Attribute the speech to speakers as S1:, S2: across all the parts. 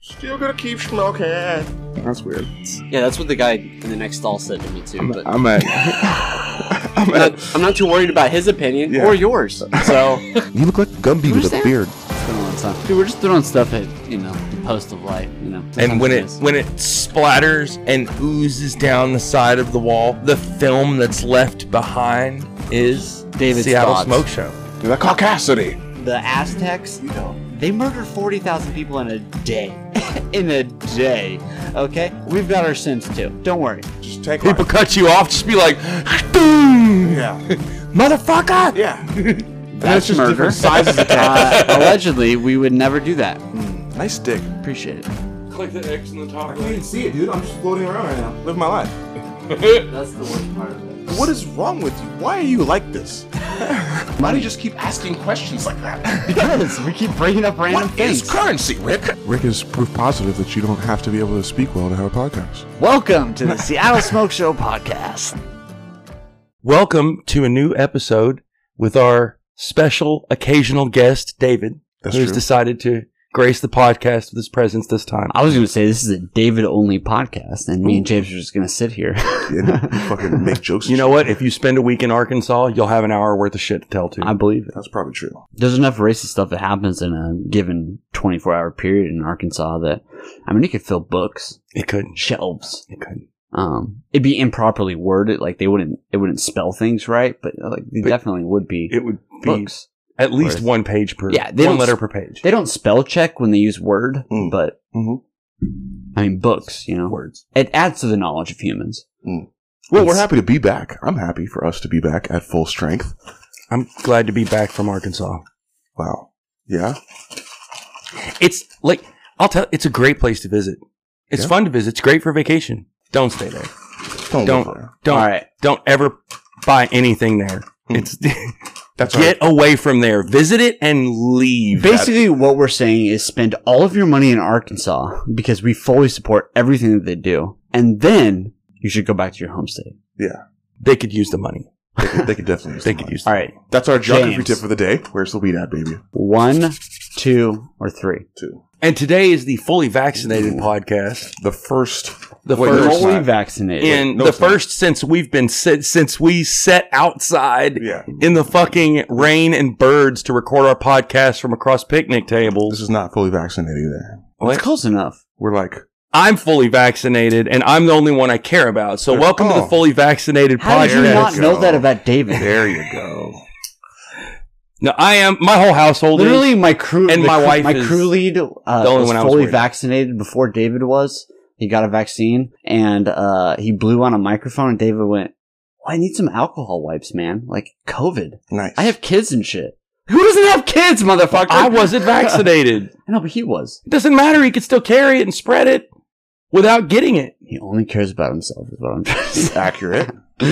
S1: Still gonna keep smoking.
S2: That's weird.
S3: Yeah, that's what the guy in the next stall said to me too.
S2: I'm,
S3: But
S2: I'm
S3: I'm
S2: at. I'm at.
S3: not, I'm not too worried about his opinion
S2: Yeah.
S3: or yours. So, it's
S4: You look like Gumby
S3: Who's
S4: with a
S3: there?
S4: beard.
S3: been a long time. Dude, we're just throwing stuff at you know the post of life. You know,
S5: And when it
S3: Sometimes
S5: when it splatters and oozes down the side of the wall, the film that's left behind is
S3: David's
S5: Seattle
S3: thoughts.
S5: Smoke Show.
S2: The Caucasity.
S3: the Aztecs, you know, they murdered forty thousand people in a day. in a day, okay. We've got our sins too. Don't worry.
S1: Just take
S5: People
S1: life.
S5: cut you off, just be like, boom,
S1: Yeah.
S5: motherfucker.
S1: Yeah.
S3: That's
S1: just
S3: murder.
S1: different sizes of
S3: uh, allegedly, we would never do that.
S1: Nice dick.
S3: Appreciate it.
S6: Click the X in the
S1: I
S6: top
S1: can't
S6: right.
S1: even see it, dude. I'm just floating around right now. Live my life.
S3: That's the worst part of
S1: What is wrong with you? Why are you like this?
S2: Why do you just keep asking questions like that?
S3: Because we keep bringing up random things.
S2: currency, Rick?
S1: Rick is proof positive that you don't have to be able to speak well to have a podcast.
S3: Welcome to the Seattle Smoke Show podcast.
S5: Welcome to a new episode with our special occasional guest, David,
S1: That's
S5: who's
S1: true.
S5: decided to grace the podcast with his presence this time.
S3: I was going to say this is a David only podcast, and me and James are just going to sit here.
S1: fucking make jokes.
S5: You know what? If you spend a week in Arkansas, you'll have an hour worth of shit to tell to.
S3: I believe it.
S1: That's probably true.
S3: There's enough racist stuff that happens in a given 24 hour period in Arkansas that, I mean, it could fill books,
S5: It could.
S3: shelves.
S5: It could.
S3: Um, it'd be improperly worded, like they wouldn't, it wouldn't spell things right, but uh, like they
S5: But
S3: definitely would be
S5: It would be
S3: books.
S5: at least
S3: Worth-
S5: one page per.
S3: Yeah, they
S5: one
S3: don't
S5: letter
S3: s-
S5: per page.
S3: They don't spell check when they use word,
S1: Mm.
S3: but
S1: Mhm.
S3: I mean books. You know,
S5: Words.
S3: it adds to the knowledge of humans.
S1: Well, we're happy to be back. I'm happy for us to be back at full strength.
S5: I'm glad to be back from Arkansas.
S1: Wow. Yeah.
S5: It's like I'll tell. It's a great place to visit. It's
S1: Yeah.
S5: fun to visit. It's great for vacation. Don't stay there.
S1: Don't.
S5: Don't.
S1: live there.
S5: Don't.
S3: All right, Hmm.
S5: Don't ever buy anything there. It's
S1: That's
S5: get away from there. Visit it and leave.
S3: basically, what we're saying is spend all of your money in Arkansas because we fully support everything that they do, and then you should go back to your home state.
S5: they could use the money.
S1: They could, they could definitely. use
S5: They
S1: the
S5: could
S1: money.
S5: use. The
S3: All right,
S1: That's our geography
S3: James.
S1: tip for the day. Where's the weed at, baby?
S3: one, two, or three.
S1: Two.
S5: And today is the fully vaccinated podcast.
S1: The first.
S5: The
S1: Wait,
S5: first
S1: no, it's
S3: Fully
S1: not.
S3: vaccinated.
S5: in
S1: No,
S5: the
S1: it's not.
S5: first since we've been sit, since we set outside
S1: Yeah.
S5: in the fucking rain and birds to record our podcast from across picnic
S1: This
S5: tables.
S1: is not fully vaccinated either.
S3: It's close enough.
S1: We're like,
S5: I'm fully vaccinated and I'm the only one I care about. So
S1: There-
S5: welcome to
S1: oh.
S5: the fully vaccinated
S3: How did you
S5: podcast.
S3: not know that about David?
S1: there you go.
S5: No, I am my whole household. is-
S3: Literally, my crew
S5: And
S3: the
S5: my
S3: cr-
S5: wife
S3: my
S5: is
S3: crew lead uh,
S5: only
S3: was
S5: one I was
S3: fully
S5: worried about.
S3: vaccinated before David was. He got a vaccine and uh, he blew on a microphone, and David went, oh, "I need some alcohol wipes, man. Like COVID.
S1: Nice.
S3: I have kids and shit. Who doesn't have kids, motherfucker?
S5: I wasn't vaccinated.
S3: no, but he was.
S5: It doesn't matter. He could still carry it and spread it without getting it.
S3: He only cares about himself, is what I'm trying to say.
S1: accurate.
S3: we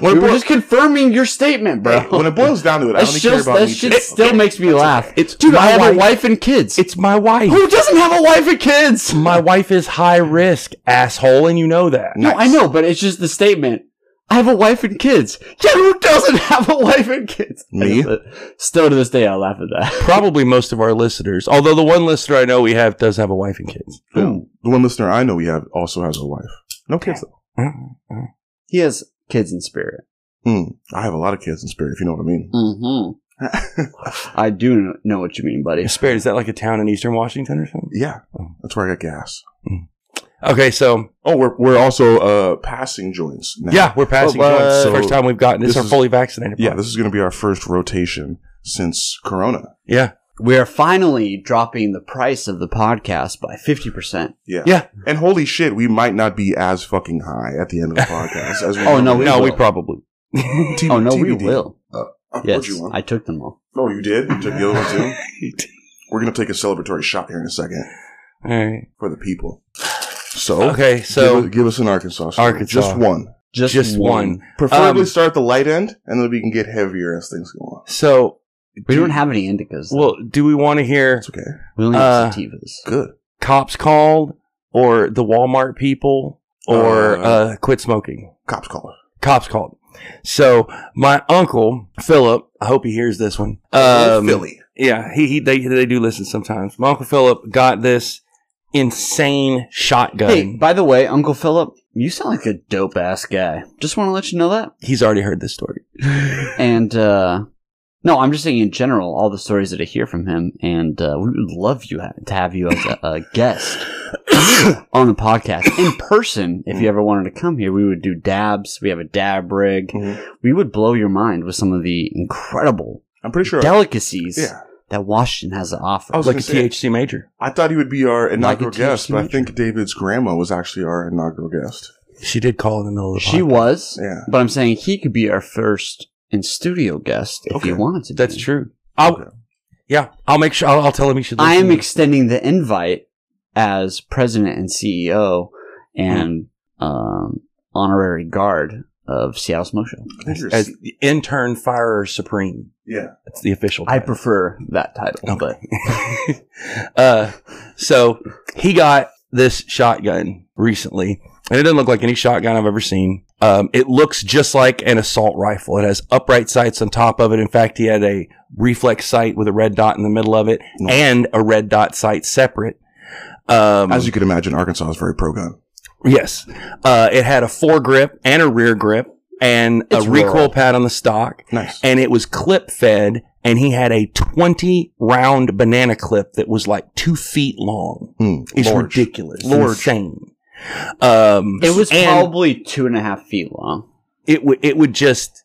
S3: were
S1: boy-
S3: just confirming your statement, bro.
S1: Hey, when it boils down to it, I
S3: That's
S1: only care
S3: just,
S1: about
S3: that
S1: me
S3: shit
S1: too.
S3: still makes me laugh.
S5: It's
S3: Dude,
S5: my
S3: I have
S5: wife.
S3: a wife and kids.
S5: It's my wife.
S3: Who doesn't have a wife and kids?
S1: Mm,
S5: my wife is high risk, asshole, and you know that.
S3: No, I know, but it's just the statement. I have a wife and kids. Yeah, who doesn't have a wife and kids?
S1: Me?
S3: But Still to this day, I laugh at that.
S5: Probably most of our listeners, although the one listener I know we have does have a wife and kids.
S1: The the one listener I know we have also has a wife. No kids though.
S3: He has kids in spirit.
S1: Mm, I have a lot of kids in spirit, if you know what I mean.
S3: Mm-hmm. I do kn- know what you mean, buddy.
S5: Spirit, is that like a town in eastern Washington or something?
S1: Yeah, that's where I got gas.
S5: Okay, so
S1: Oh, we're we're also uh, passing joints. Now.
S5: yeah, we're passing
S1: Well,
S5: joints.
S1: so
S5: First time we've gotten Oh, this,
S1: this
S5: are
S1: is-
S5: fully vaccinated.
S1: yeah. This is going to be our first rotation since Corona.
S5: yeah,
S3: We are finally dropping the price of the podcast by 50%.
S1: Yeah,
S5: Yeah.
S1: And holy shit, we might not be as fucking high at the end of the podcast as we.
S3: Oh, no, we
S5: no, we
S3: will.
S5: probably.
S1: T-
S3: oh, no, we
S1: TBD.
S3: will.
S1: Oh, what'd
S3: Yes,
S1: you want?
S3: I took them all.
S1: oh, you did. You took the other one too. We're gonna take a celebratory shot here in a second
S5: All right.
S1: for the people. So
S5: Okay, so
S1: give, give us an Arkansas. story.
S5: Arkansas.
S1: just one.
S3: Just,
S5: just one.
S1: Preferably
S5: Um,
S1: start at the light end, and then we can get heavier as things go on.
S5: So,
S3: We don't have any indicas.
S5: well, do we want to hear
S1: That's okay.
S3: we only have
S5: uh,
S3: sativas.
S1: Good.
S5: cops called or the Walmart people or
S1: Uh,
S5: uh, quit smoking?
S1: Cops caller.
S5: cops called. So my uncle Philip, I hope he hears this one.
S1: Oh,
S5: Um,
S1: Philly.
S5: yeah, he, he they they do listen sometimes. My uncle Philip got this insane shotgun.
S3: Hey, by the way, Uncle Philip, you sound like a dope ass guy. Just want to let you know that.
S5: He's already heard this story.
S3: And uh no, I'm just saying in general, all the stories that I hear from him, and uh, we would love you ha- to have you as a, a guest on the podcast in person. If
S1: Mm-hmm.
S3: you ever wanted to come here, we would do dabs. We have a dab rig.
S1: Mhm.
S3: We would blow your mind with some of the incredible
S1: I'm pretty sure.
S3: delicacies
S1: yeah, Oh,
S3: that Washington has to offer.
S1: I was
S5: like a
S1: gonna say,
S5: THC major.
S1: I thought he would be our inaugural
S3: THC
S1: guest, but I
S3: major.
S1: think David's grandma was actually our inaugural guest.
S5: She did call in the middle of the
S3: she
S5: podcast.
S3: was,
S1: Yeah.
S3: but I'm saying he could be our first in studio guest if
S1: Okay.
S3: he wanted to.
S5: That's
S3: be.
S5: true. I'll,
S1: Okay.
S5: Yeah, I'll make sure. I'll, I'll tell him he should.
S3: I
S5: listen
S3: am
S5: to-
S3: extending the invite as president and CEO and um, honorary guard of Seattle's Smoke Show.
S1: I think you're-
S5: as the intern firer supreme.
S1: yeah.
S5: That's the official.
S3: I
S5: title.
S3: prefer that title, but
S5: uh, so he got this shotgun recently, and it doesn't look like any shotgun I've ever seen. Um, it looks just like an assault rifle. It has upright sights on top of it. In fact, he had a reflex sight with a red dot in the middle of it,
S1: Nice.
S5: and a red dot sight separate. Um,
S1: As you can imagine, Arkansas is very pro gun.
S5: yes, uh, it had a foregrip and a rear grip, and
S3: It's
S5: a recoil
S3: rural.
S5: pad on the stock
S1: Nice.
S5: and it was clip fed and he had a 20 round banana clip that was like two feet long.
S1: Mm,
S5: It's
S1: large.
S5: ridiculous.
S1: Large.
S5: Insane. Um,
S3: it was
S5: and
S3: probably two and a half feet long.
S5: it would, it would just,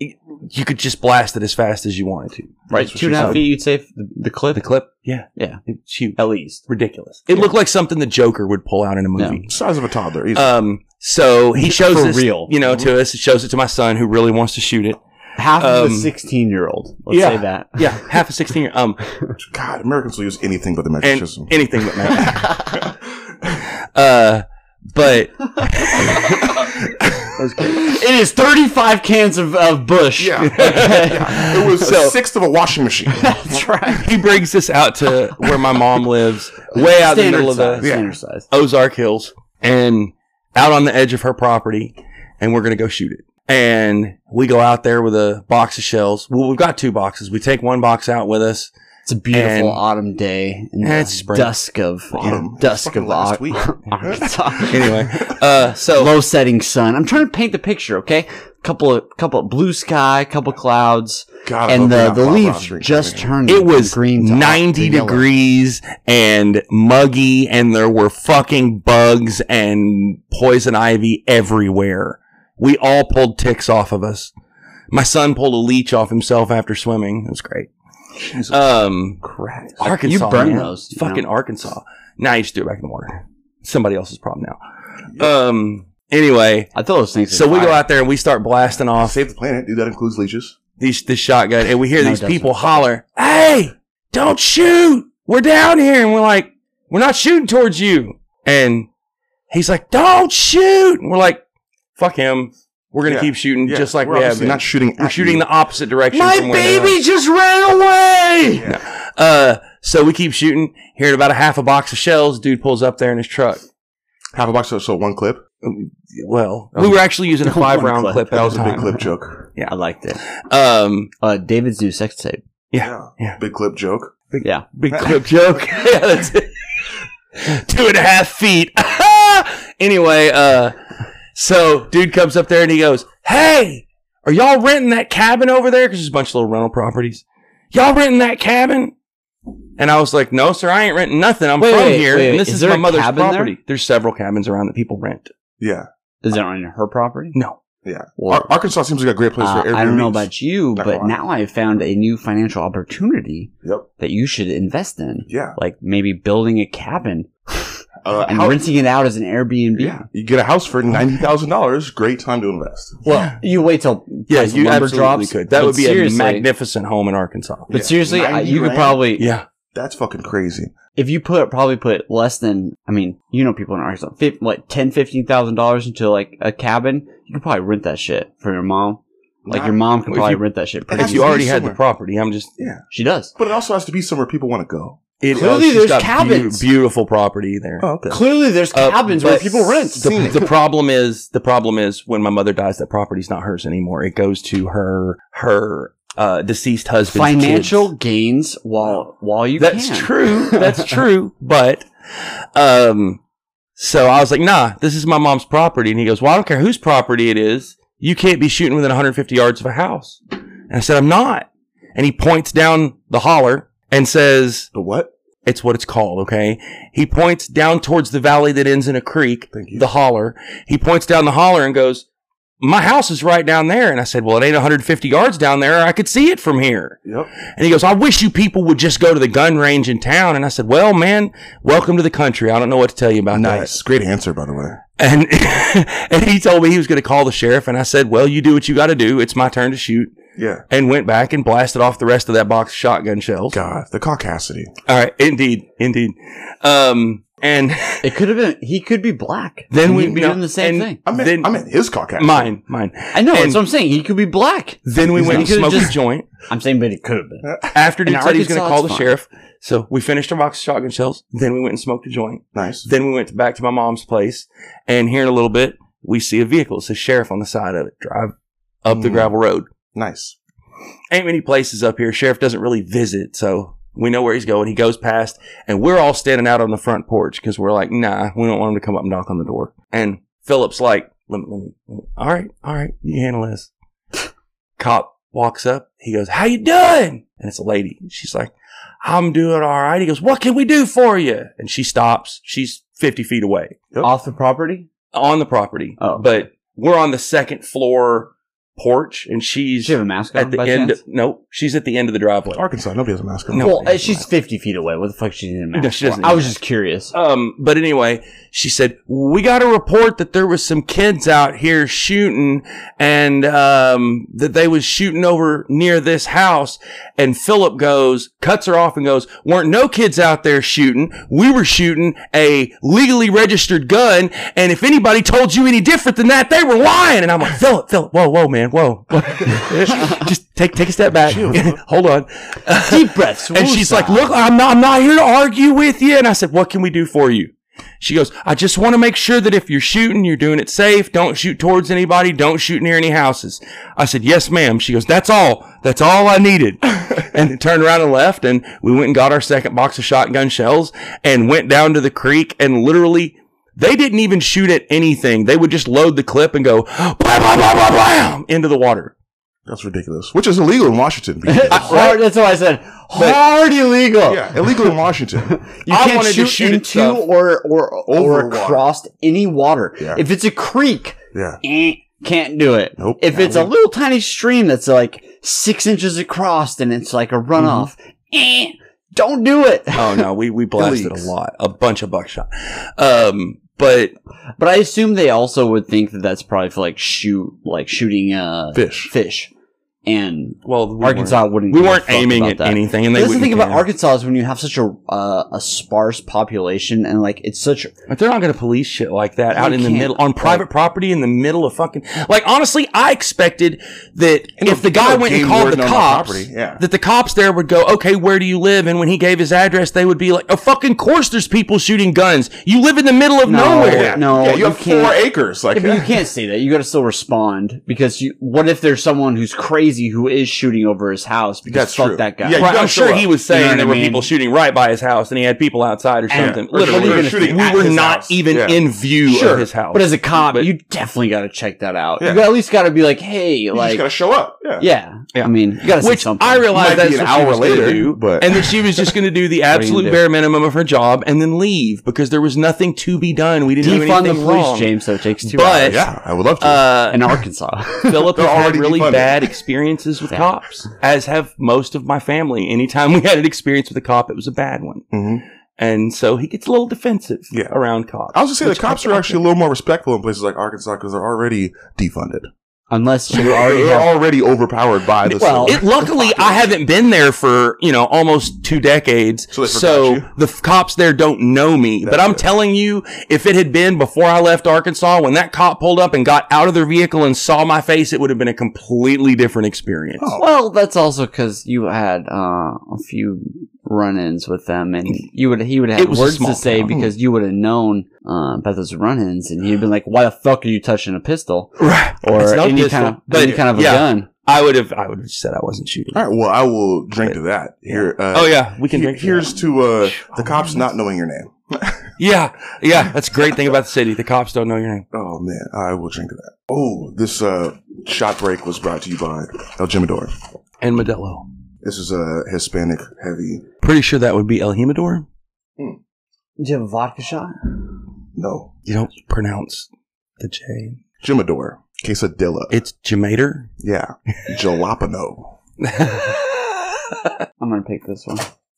S5: it- you could just blast it as fast as you wanted to.
S3: Right,
S1: That's what
S3: two and a
S1: she
S3: half
S1: said.
S3: feet. You'd say the, the clip,
S5: The clip? Yeah.
S3: Yeah.
S5: It's huge.
S3: at least.
S5: Ridiculous. It looked like something the Joker would pull out in a movie.
S1: Size of a toddler. Easy.
S5: Um, so he shows
S3: For
S5: this,
S3: real.
S5: you know, to us. He shows it to my son who really wants to shoot it.
S3: Half of
S5: Um,
S3: the sixteen-year-old. Let's
S5: yeah.
S3: say that.
S5: Yeah, half a sixteen year. Um,
S1: God, Americans will use anything but the metric
S5: and
S1: system.
S5: anything but magic. uh, but
S3: It is thirty-five cans of, of Bush.
S1: It was
S5: So-
S1: a sixth of a washing machine.
S3: that's right.
S5: he brings this out to where my mom lives, way out in
S3: Standard
S5: the middle of
S3: size.
S5: the
S3: Standard size.
S5: Ozark Hills, and out on the edge of her property, and we're gonna go shoot it. And we go out there with a box of shells. Well, we've got two boxes. We take one box out with us.
S3: It's a beautiful
S5: And-
S3: autumn day in
S5: Eh,
S3: the
S5: it's spring.
S3: dusk of you know,
S1: Autumn.
S3: dusk
S1: Fucking
S3: of
S1: last
S3: Ar-
S1: week.
S3: Arkansas.
S5: Anyway, uh, so
S3: Low setting sun. I'm trying to paint the picture, okay? Couple of couple of blue sky, couple clouds,
S1: God, I love
S3: and
S1: they're not
S3: the, the
S1: Bob
S3: leaves
S1: Ross drinks
S3: just
S1: right now.
S3: turned.
S5: it
S3: from
S5: was
S3: green to
S5: ninety
S3: to yellow.
S5: degrees and muggy, and there were fucking bugs and poison ivy everywhere. We all pulled ticks off of us. My son pulled a leech off himself after swimming. It was great.
S1: Jesus
S5: Um,
S1: Christ.
S5: Arkansas.
S3: You burn
S5: man.
S3: those, you
S5: Fucking
S3: know.
S5: Arkansas. Now you just do it back in the water. Somebody else's problem now. Um. Anyway,
S3: I thought those things.
S5: so
S3: were
S5: we go
S3: fire.
S5: out there and we start blasting off
S1: Uh, Save the planet, dude. That includes leeches.
S5: these this shotgun, and we hear
S3: No, it
S5: these
S3: doesn't.
S5: people holler, "Hey, don't shoot! We're down here!" And we're like, "We're not shooting towards you." And he's like, "Don't shoot!" And we're like, "Fuck him! We're gonna
S1: Yeah.
S5: keep shooting
S1: Yeah,
S5: just like
S1: we're
S5: we have."
S1: obviously
S5: been.
S1: not shooting.
S5: we're
S1: at
S5: shooting
S1: you.
S5: the opposite direction.
S3: My
S5: from where they
S3: baby just ran away.
S5: uh, so we keep shooting. Here at about a half a box of shells, dude pulls up there in his truck.
S1: half a box. of- So one clip.
S5: Well, we were actually using a five round
S3: Oh. clip.
S5: clip.
S1: That
S5: at
S1: was
S5: the
S1: a big
S5: time.
S1: clip joke.
S3: I liked it.
S5: Um,
S3: Uh, David's new sex tape.
S5: Yeah. Yeah.
S1: Big clip joke.
S3: Yeah,
S5: big clip joke. yeah, that's it. Two and a half feet. anyway, uh, so dude comes up there and he goes, "Hey, are y'all renting that cabin over there? Because there's a bunch of little rental properties. Y'all renting that cabin?" And I was like, "No, sir, I ain't renting nothing. I'm
S3: Wait,
S5: from
S3: wait,
S5: here,
S3: wait,
S5: and this
S3: is
S5: is,
S3: there
S5: my
S3: a
S5: mother's
S3: cabin there?
S5: property. There's several cabins around that people rent.
S1: Yeah.
S3: is that on her property?
S5: No,
S3: Or-
S1: Ar- Arkansas seems like a great place
S3: Uh,
S1: for Airbnb.
S3: I don't know about you,
S1: Not
S3: but
S1: gonna lie.
S3: now I found a new financial opportunity
S1: Yep.
S3: that you should invest in.
S1: Yeah.
S3: Like maybe building a cabin
S1: Uh,
S3: and
S1: how-
S3: renting it out as an Airbnb.
S1: yeah. You get a house for ninety thousand dollars. Great time to invest.
S3: Well, you wait till
S5: yeah,
S3: price of
S5: you
S3: lumber
S5: absolutely
S3: drops,
S5: could. That
S3: but
S5: would be
S3: seriously-
S5: a magnificent home in Arkansas.
S3: But
S1: Yeah.
S3: seriously, I,
S1: 90
S3: you could
S1: grand?
S3: probably
S5: Yeah,
S1: That's fucking crazy.
S3: if you put probably put less than I mean you know people in Arkansas fif- what ten fifteen thousand dollars into like a cabin you could probably rent that shit for your mom. Like
S1: Not-
S3: your mom could
S5: If
S3: probably
S5: you-
S3: rent that shit.
S1: It
S3: Pretty
S1: has
S5: if
S1: to
S5: you
S1: be
S5: already had the
S1: somewhere.
S5: property, I'm just
S1: Yeah.
S3: she does.
S1: But it also has to be somewhere people want to go.
S5: It, oh,
S3: Clearly
S5: she's
S3: there's
S5: got beau-
S3: cabins.
S5: beautiful property there.
S1: Oh, okay.
S3: Clearly, there's
S5: Uh,
S3: cabins where
S5: but
S3: people rent.
S5: The, the problem is the problem is when my mother dies, that property's not hers anymore. It goes to her her uh, deceased husband's
S3: Financial
S5: kids.
S3: gains while while you
S5: That's
S3: can.
S5: true. That's true. But Um, so I was like, nah, this is my mom's property. And he goes, well, I don't care whose property it is. You can't be shooting within 150 yards of a house. And I said, I'm not. And he points down the holler and says,
S1: The what?
S5: it's what it's called, okay? He points down towards the valley that ends in a creek,
S1: Thank you.
S5: the holler. He points down the holler and goes, my house is right down there. And I said, well, it ain't 150 yards down there. I could see it from here.
S1: Yep.
S5: And he goes, I wish you people would just go to the gun range in town. And I said, Well, man, welcome to the country. I don't know what to tell you about that.
S1: Nice. Great answer, by the way.
S5: And and he told me he was going to call the sheriff. And I said, Well, you do what you got to do. It's my turn to shoot.
S1: Yeah.
S5: And went back and blasted off the rest of that box of shotgun shells.
S1: God, the caucasity.
S5: All right, indeed, indeed. Um, and
S3: It could have been. He could be black.
S5: Then
S3: And
S5: we-
S3: he'd be
S5: no,
S3: doing the same
S5: and-
S3: thing.
S1: I meant,
S5: Then-
S1: I meant his caucasity.
S5: mine, mine.
S3: I know.
S5: and-
S3: that's what I'm saying. He could be black.
S5: Then we
S3: He's
S5: went
S3: not-
S5: and
S3: he could've
S5: smoked a
S3: just-
S5: joint.
S3: I'm saying, but it could have been.
S5: After dude
S3: In
S5: said he was going to
S3: Arkansas,
S5: call the
S3: it's fine.
S5: sheriff, so we finished our box of shotgun shells. Then we went and smoked a joint.
S1: Nice.
S5: Then we went back to my mom's place, and here in a little bit, we see a vehicle. It says sheriff on the side of it. Drive up the
S1: Mm.
S5: gravel road.
S1: Nice.
S5: Ain't many places up here. Sheriff doesn't really visit, so we know where he's going. He goes past, and we're all standing out on the front porch because we're like, nah, we don't want him to come up and knock on the door. And Philip's like, let me, let me, let me- all right, all right, you handle this. Cop walks up. He goes, how you doing? And it's a lady. She's like, I'm doing all right. He goes, what can we do for you? And she stops. She's 50 feet away
S3: Off the property.
S5: on the property,
S3: Oh.
S5: but we're on the second floor porch, and she's
S3: Did she have a mask on
S5: at the
S3: by
S5: end.
S3: chance?
S5: no, she's at the end of the driveway.
S1: Arkansas, nobody has a mask on.
S5: No.
S3: well,
S1: Nobody
S3: uh,
S1: has a
S3: she's
S1: mask.
S3: 50 feet away. What the fuck? She need a mask.
S5: No, she
S3: for?
S5: doesn't
S3: I
S5: need
S3: was
S5: a
S3: just curious.
S5: Um, but anyway, she said we got a report that there was some kids out here shooting, and um, that they was shooting over near this house. And Philip goes, cuts her off, and goes, "Weren't no kids out there shooting. We were shooting a legally registered gun. And if anybody told you any different than that, they were lying." And I'm like, "Philip, Philip, whoa, whoa, man, whoa, whoa. just take take a step back, hold on."
S3: Deep breaths.
S5: And she's like, "Look, I'm not, I'm not here to argue with you." And I said, "What can we do for you?" She goes, "I just want to make sure that if you're shooting, you're doing it safe. Don't shoot towards anybody. Don't shoot near any houses." I said, "Yes, ma'am." She goes, "That's all. That's all I needed." and then turned around and left. And we went and got our second box of shotgun shells and went down to the creek and literally. They didn't even shoot at anything. They would just load the clip and go blam, blam, blam, blam, blam, into the water.
S1: That's ridiculous. Which is illegal in Washington. because-
S3: Uh,
S5: uh,
S3: Hard, that's why I said hard illegal.
S1: yeah, illegal in Washington.
S3: You
S5: I
S3: can't
S5: wanted to
S3: shoot,
S5: shoot at
S3: into
S5: stuff.
S3: or or
S1: Over
S3: or
S1: water.
S3: across any water.
S1: Yeah.
S3: If it's a creek,
S1: Yeah.
S3: eh, can't do it.
S1: Nope.
S3: If it's a little tiny stream that's like six inches across and it's like a runoff, eh,
S5: Mm-hmm.
S3: don't do it.
S5: Oh no, we we blasted a
S1: Leaks.
S5: lot, a bunch of buckshot. Um, but
S3: But I assume they also would think that that's probably for like shoot, like shooting uh,
S1: Fish.
S3: fish, and
S5: well, we
S3: Arkansas wouldn't.
S5: weren't, we
S3: give a
S5: weren't
S3: fuck
S5: aiming
S3: about
S5: at
S3: that.
S5: anything, and they
S3: That's the
S5: wouldn't
S3: thing about
S5: care.
S3: Arkansas is when you have such a uh, a sparse population and like it's such
S5: But they're not going to police shit like that
S3: They
S5: out in the
S3: can't.
S5: middle on private property in the middle of fucking. Like honestly, I expected that if the guy
S1: no
S5: went and
S1: game
S5: called the
S1: warden on my
S5: cops,
S1: property, yeah.
S5: that the cops there would go, "Okay, where do you live?" And when he gave his address, they would be like, "A fucking course, there's people shooting guns. You live in the middle of
S3: No.
S5: nowhere."
S1: Yeah.
S3: No,
S1: Yeah, you
S3: you
S1: have four
S3: can't.
S1: acres. Like,
S3: Yeah, but you can't say that. You got to still respond because you. What if there's someone who's crazy who is shooting over his house? Because
S1: That's
S3: fuck
S1: true.
S3: that guy.
S1: Yeah, you
S5: Right,
S1: gotta
S5: I'm sure
S1: show
S5: he
S1: up.
S5: was
S3: You know
S5: saying
S3: what
S5: there
S3: I
S5: were
S3: mean?
S5: people shooting right by his house, and he had people outside or something.
S1: Or
S5: Literally,
S1: shooting-
S3: What are you
S1: or shooting
S5: we
S1: at
S5: were
S1: his
S5: not
S1: house.
S5: even
S1: Yeah.
S5: in view of his house.
S3: But as a cop,
S5: But-
S3: you definitely got to check that out.
S1: Yeah.
S3: You at least got to be like, hey,
S1: You just
S3: like,
S1: gotta show up. Yeah.
S3: yeah,
S5: Yeah.
S3: I mean, you got to say
S5: which
S3: something.
S5: I realized
S1: Might
S5: that's
S1: be an
S5: what she
S1: hour
S5: was gonna
S1: later,
S5: do,
S1: but-
S5: and that she was just going to do the absolute
S3: do?
S5: bare minimum of her job and then leave because there was nothing to be done. We didn't do
S3: defund the
S5: anything
S3: police,
S5: wrong.
S3: James. So it takes two
S5: But-
S3: but,
S1: Yeah, I would love to.
S5: Uh,
S3: hours in Arkansas.
S5: Philip
S1: They're
S5: has had
S1: already
S5: really
S1: defunded.
S5: bad experiences with cops, as have most of my family. Anytime we had an experience with a cop, it was a bad one,
S1: Mhm.
S5: and so he gets a little defensive
S1: Yeah.
S5: around cops.
S1: I was just saying the
S5: which I
S1: cops are
S5: think-
S1: actually a little more respectful in places like Arkansas because they're already defunded.
S3: Unless you
S1: They're
S3: already
S1: they're
S3: have.
S1: already overpowered by the
S3: Well,
S5: It, luckily, I haven't been there for you know almost two decades,
S1: So
S5: so,
S1: they forgot you?
S5: the f- cops there don't know me. but
S1: That's
S5: I'm
S1: good.
S5: telling you, if it had been before I left Arkansas, when that cop pulled up and got out of their vehicle and saw my face, it would have been a completely different experience.
S1: Oh.
S3: Well, that's also because you had uh, a few run-ins with them, and you would he would have
S5: It
S3: had
S5: was a
S3: words
S5: small
S3: to say
S5: town.
S3: because you would have known uh, about those run-ins, and he'd been like, "Why the fuck are you touching a pistol
S5: Right.
S3: or any kind of
S5: but
S3: any kind of a
S5: yeah,
S3: gun?"
S5: I would have. I would have said I wasn't shooting.
S1: all right. Well, I will drink to that. Here, uh,
S5: Oh yeah, we can
S1: he-
S5: drink. to
S1: here's
S5: that.
S1: to uh, the cops not knowing your name.
S5: Yeah, yeah. That's a great thing about the city. The cops don't know your name.
S1: Oh man, I will drink to that. Oh, this uh, shot break was brought to you by El Jimador.
S5: And Modelo.
S1: This is a Hispanic heavy.
S5: Pretty sure that would be El Jimador.
S3: Do you have a vodka shot?
S1: No,
S5: You don't pronounce the J.
S1: Jimador, quesadilla.
S5: It's Jimator.
S1: yeah, jalapeno.
S3: I'm gonna pick this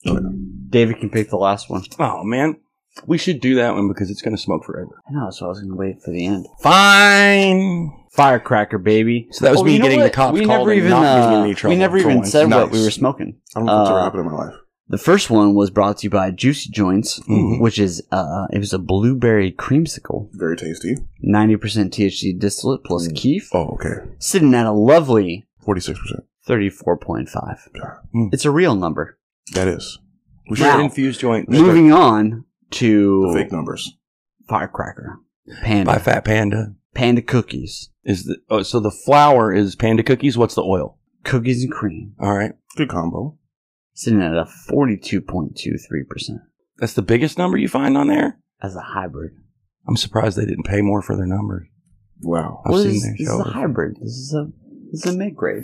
S3: one. David can pick the last one.
S5: oh man, we should do that one because it's gonna smoke forever.
S3: I know, that's why I was gonna wait for the end.
S5: Fine.
S3: Firecracker, baby.
S5: So that was
S3: Oh,
S5: me
S3: you know
S5: getting the
S3: what?
S5: cops
S3: we
S5: called
S3: never
S5: and
S3: even,
S5: not getting
S3: uh,
S5: me in trouble
S3: We never
S5: for
S3: even
S5: once.
S3: said what
S1: Nice.
S3: we were smoking.
S1: I don't know if that's
S3: Uh,
S1: ever happened in my life.
S3: The first one was brought to you by Juicy Joints,
S5: Mhm.
S3: which is uh, it was a blueberry creamsicle,
S1: Very tasty.
S3: ninety percent THC distillate plus
S5: Mm.
S3: keef,
S1: Oh, okay.
S3: sitting at a lovely
S1: Forty-six percent.
S3: thirty-four point five.
S5: Mm.
S3: It's a real number.
S1: That is. We should
S5: Sure,
S3: Wow.
S5: infused joint
S3: Moving on
S1: the
S3: to
S1: fake numbers.
S3: Firecracker,
S5: by
S3: Panda,
S5: Fat Panda
S3: Panda cookies,
S5: is the oh, so the flour is panda cookies. What's the oil?
S3: cookies and cream,
S5: All right,
S1: Good combo.
S3: sitting at a forty-two point two three percent
S5: that's the biggest number you find on there.
S3: as a hybrid.
S5: I'm surprised they didn't pay more for their numbers.
S1: Wow.
S5: I've
S3: What
S5: seen
S3: is-
S5: their
S3: this is
S5: show.
S3: a hybrid. This is a this is a mid grade.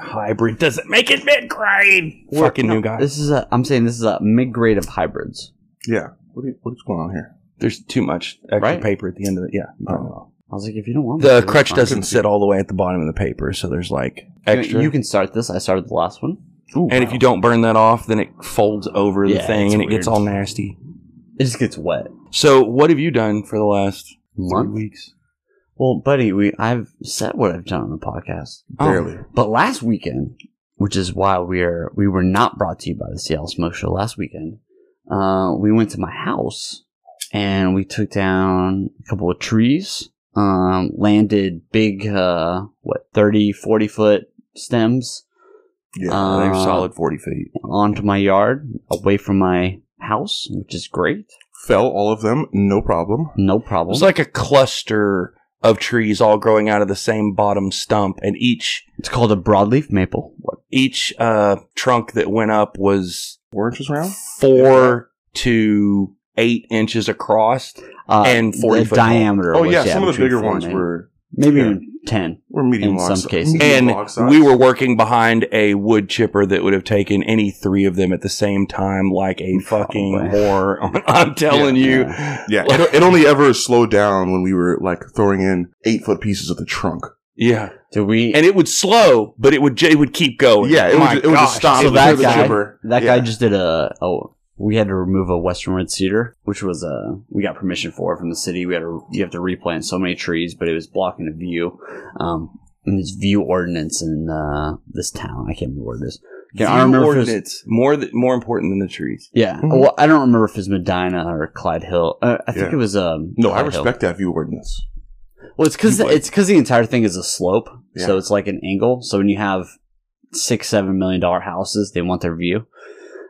S5: Hybrid doesn't make it mid grade. Fucking new guy.
S3: This is a. I'm saying this is a mid grade of hybrids.
S1: Yeah. What, do you- what is going on here?
S5: There's too much extra
S3: Right? Uh,
S5: paper at the end of it. Yeah.
S1: I don't know.
S3: I was like, if you don't want
S5: The
S3: this,
S5: crutch
S3: that's
S5: doesn't sit all the way at the bottom of the paper, so there's like
S3: fine. You-
S5: extra.
S3: You, can start this. I started the last one.
S1: Ooh,
S5: and if you don't burn that off, then it folds over the
S3: Yeah,
S5: thing
S3: it's
S5: and it gets
S3: weird.
S5: all nasty.
S3: It just gets wet.
S5: So, what have you done for the last three
S3: Month.
S5: weeks?
S3: Well, buddy, we I've said what I've done on the podcast,
S5: Oh.
S1: barely.
S3: but last weekend, which is why we're we were not brought to you by the Seattle Smoke Show last weekend. Uh, we went to my house and we took down a couple of trees. Um, landed big, uh, what 30, 40 foot stems.
S1: Yeah.
S3: Uh,
S5: They're solid 40 feet.
S3: onto my yard away from my house, which is great.
S1: Fell all of them, no problem.
S3: No problem.
S5: It's like a cluster of trees all growing out of the same bottom stump, and each
S3: It's called a broadleaf maple.
S5: each uh, trunk that went up was
S1: Four inches round.
S5: four to eight inches across.
S3: Uh,
S5: And 40
S3: the
S5: foot tall.
S3: diameter.
S1: Oh
S3: was,
S1: yeah, some of the
S3: between
S1: bigger
S3: four
S1: ones
S3: and eight.
S1: were
S3: maybe
S1: yeah.
S3: even ten.
S1: were medium
S3: In
S1: log
S3: some
S1: si-
S3: cases.
S1: medium
S5: and
S1: log size.
S5: we were working behind a wood chipper that would have taken any three of them at the same time, like a fucking
S3: Probably.
S5: whore. I'm telling you,
S3: Yeah.
S1: Yeah, it, it only ever slowed down when we were like throwing in eight foot pieces of the trunk.
S5: yeah.
S3: Do we?
S5: And it would slow, but it would it would keep going.
S1: Yeah, it would
S5: My
S1: ju- it would just stop.
S5: gosh.
S3: so
S1: it was
S3: that
S1: the
S3: guy,
S1: chipper.
S3: that
S1: Oh, Yeah.
S3: guy just did a. Oh, we had to remove a western red cedar, which was uh we got permission for it from the city. We had to you have to replant so many trees, but it was blocking the view. Um, and this view ordinance in uh this town. I can't remember where it is. Yeah, I
S5: View
S3: remember if it was-
S5: ordinance more th- more important than the trees.
S3: Yeah.
S1: Mhm.
S3: Well, I don't remember if it was Medina or Clyde Hill. Uh, I think
S1: Yeah.
S3: it was. Um,
S1: No, I
S3: Clyde Hill.
S1: respect that view ordinance.
S3: Well, it's because
S5: You would.
S3: it's because the entire thing is a slope, so
S1: Yeah.
S3: it's like an angle. So when you have six, seven million dollar houses, they want their view.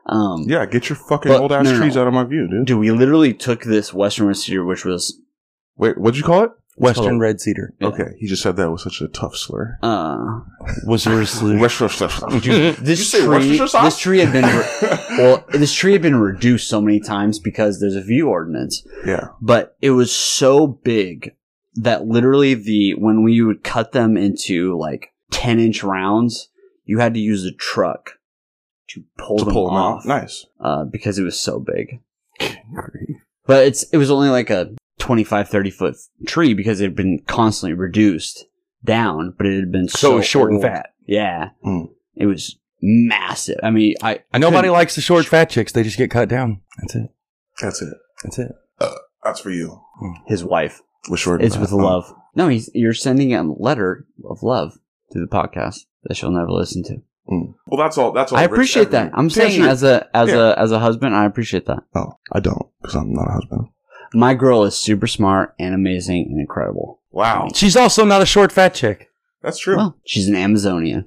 S3: Um,
S1: Yeah, get your fucking
S3: But-
S1: old ass
S3: no, no,
S1: trees
S3: no.
S1: out of my view, dude.
S3: Dude, we literally took this Western Red Cedar, which was
S1: Wait, what'd you call it?
S5: Western
S3: Hello.
S5: red cedar
S3: Yeah.
S1: Okay, he just said that with such a tough slur.
S3: uh,
S5: was a resolution.
S1: West- West- West- West-
S3: this
S1: say
S3: tree.
S1: Worcestershire sauce?
S3: This tree had been re- well, this tree had been reduced so many times because there's a view ordinance.
S1: yeah,
S3: but it was so big that literally the when we would cut them into like 10 inch rounds you had to use a truck to pull
S1: to
S3: them
S1: pull them
S3: off
S1: out. Nice.
S3: uh, because it was so big but it's it was only like a 25 30 foot tree because it had been constantly reduced down but it had been so,
S5: So, it was short and
S3: old.
S5: fat. Hmm.
S3: yeah
S1: Mm.
S3: it was massive i mean i
S5: Nobody likes the short fat chicks. They just get cut down. That's it.
S1: That's it. Uh,
S5: That's it. Hmm.
S1: That's for you.
S3: his wife
S1: With short.
S3: It's
S1: and
S3: with
S1: fat.
S3: love. No, he's you're sending a letter of love to the podcast that she'll never listen to.
S1: Oh, Well, that's all. That's all.
S3: I
S1: Rich
S3: appreciate that.
S1: Everett-
S3: I'm
S1: Yeah,
S3: saying
S1: sure.
S3: as a as
S1: Yeah.
S3: a as a husband, I appreciate that.
S1: Oh, I don't because I'm not a husband.
S3: My girl is super smart and amazing and incredible.
S1: Wow,
S5: She's also not a short fat chick.
S1: that's true. Well,
S3: Well, she's an Amazonian.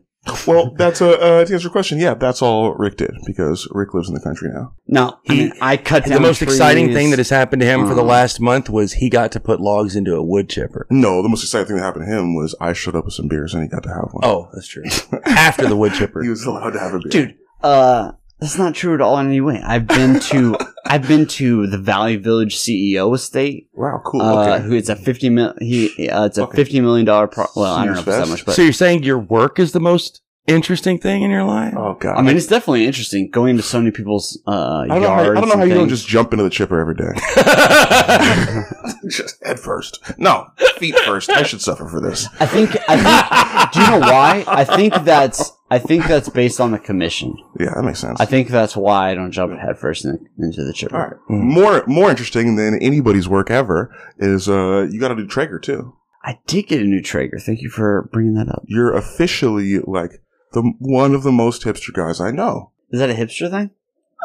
S1: that's a uh, to answer your question. Yeah, that's all Rick did because Rick lives in the country now.
S3: No, I
S5: He-
S3: mean I cut down
S5: the most exciting
S3: trees.
S5: thing that has happened to him for the
S3: Mm.
S5: last month was he got to put logs into a wood chipper.
S1: No, the most exciting thing that happened to him was I showed up with some
S3: Oh.
S1: beers and he got to have one.
S5: Oh, that's true. After the wood chipper.
S1: he was allowed to have a beer.
S3: dude. Uh, That's not true at all in any way. I've been to I've been to the Valley Village CEO estate.
S1: Wow, cool.
S3: Uh,
S1: okay.
S3: Who it's a fifty mil? He uh, it's a
S1: Okay.
S3: fifty million dollar. Pro- well, I don't know if it's that
S1: Sears
S3: much, but
S5: so you're saying your work is the most interesting thing in your life?
S1: Oh god.
S3: I mean, it's definitely interesting going to so many people's uh,
S1: I don't know. How,
S3: yards.
S1: I don't know
S3: and
S1: how you don't
S3: things.
S1: just jump into the chipper every day. just head first. No, feet first. I should suffer for this.
S3: I think. I think. do you know why? I think that's. I think that's based on the commission.
S1: Yeah, that makes sense.
S3: I think that's why I don't jump headfirst in, into the chipper.
S1: All right.
S5: Mm.
S1: More more interesting than anybody's work ever is uh you got to do Traeger too.
S3: I did get a new Traeger. Thank you for bringing that up.
S1: You're officially like the one of the most hipster guys I know.
S3: Is that a hipster thing?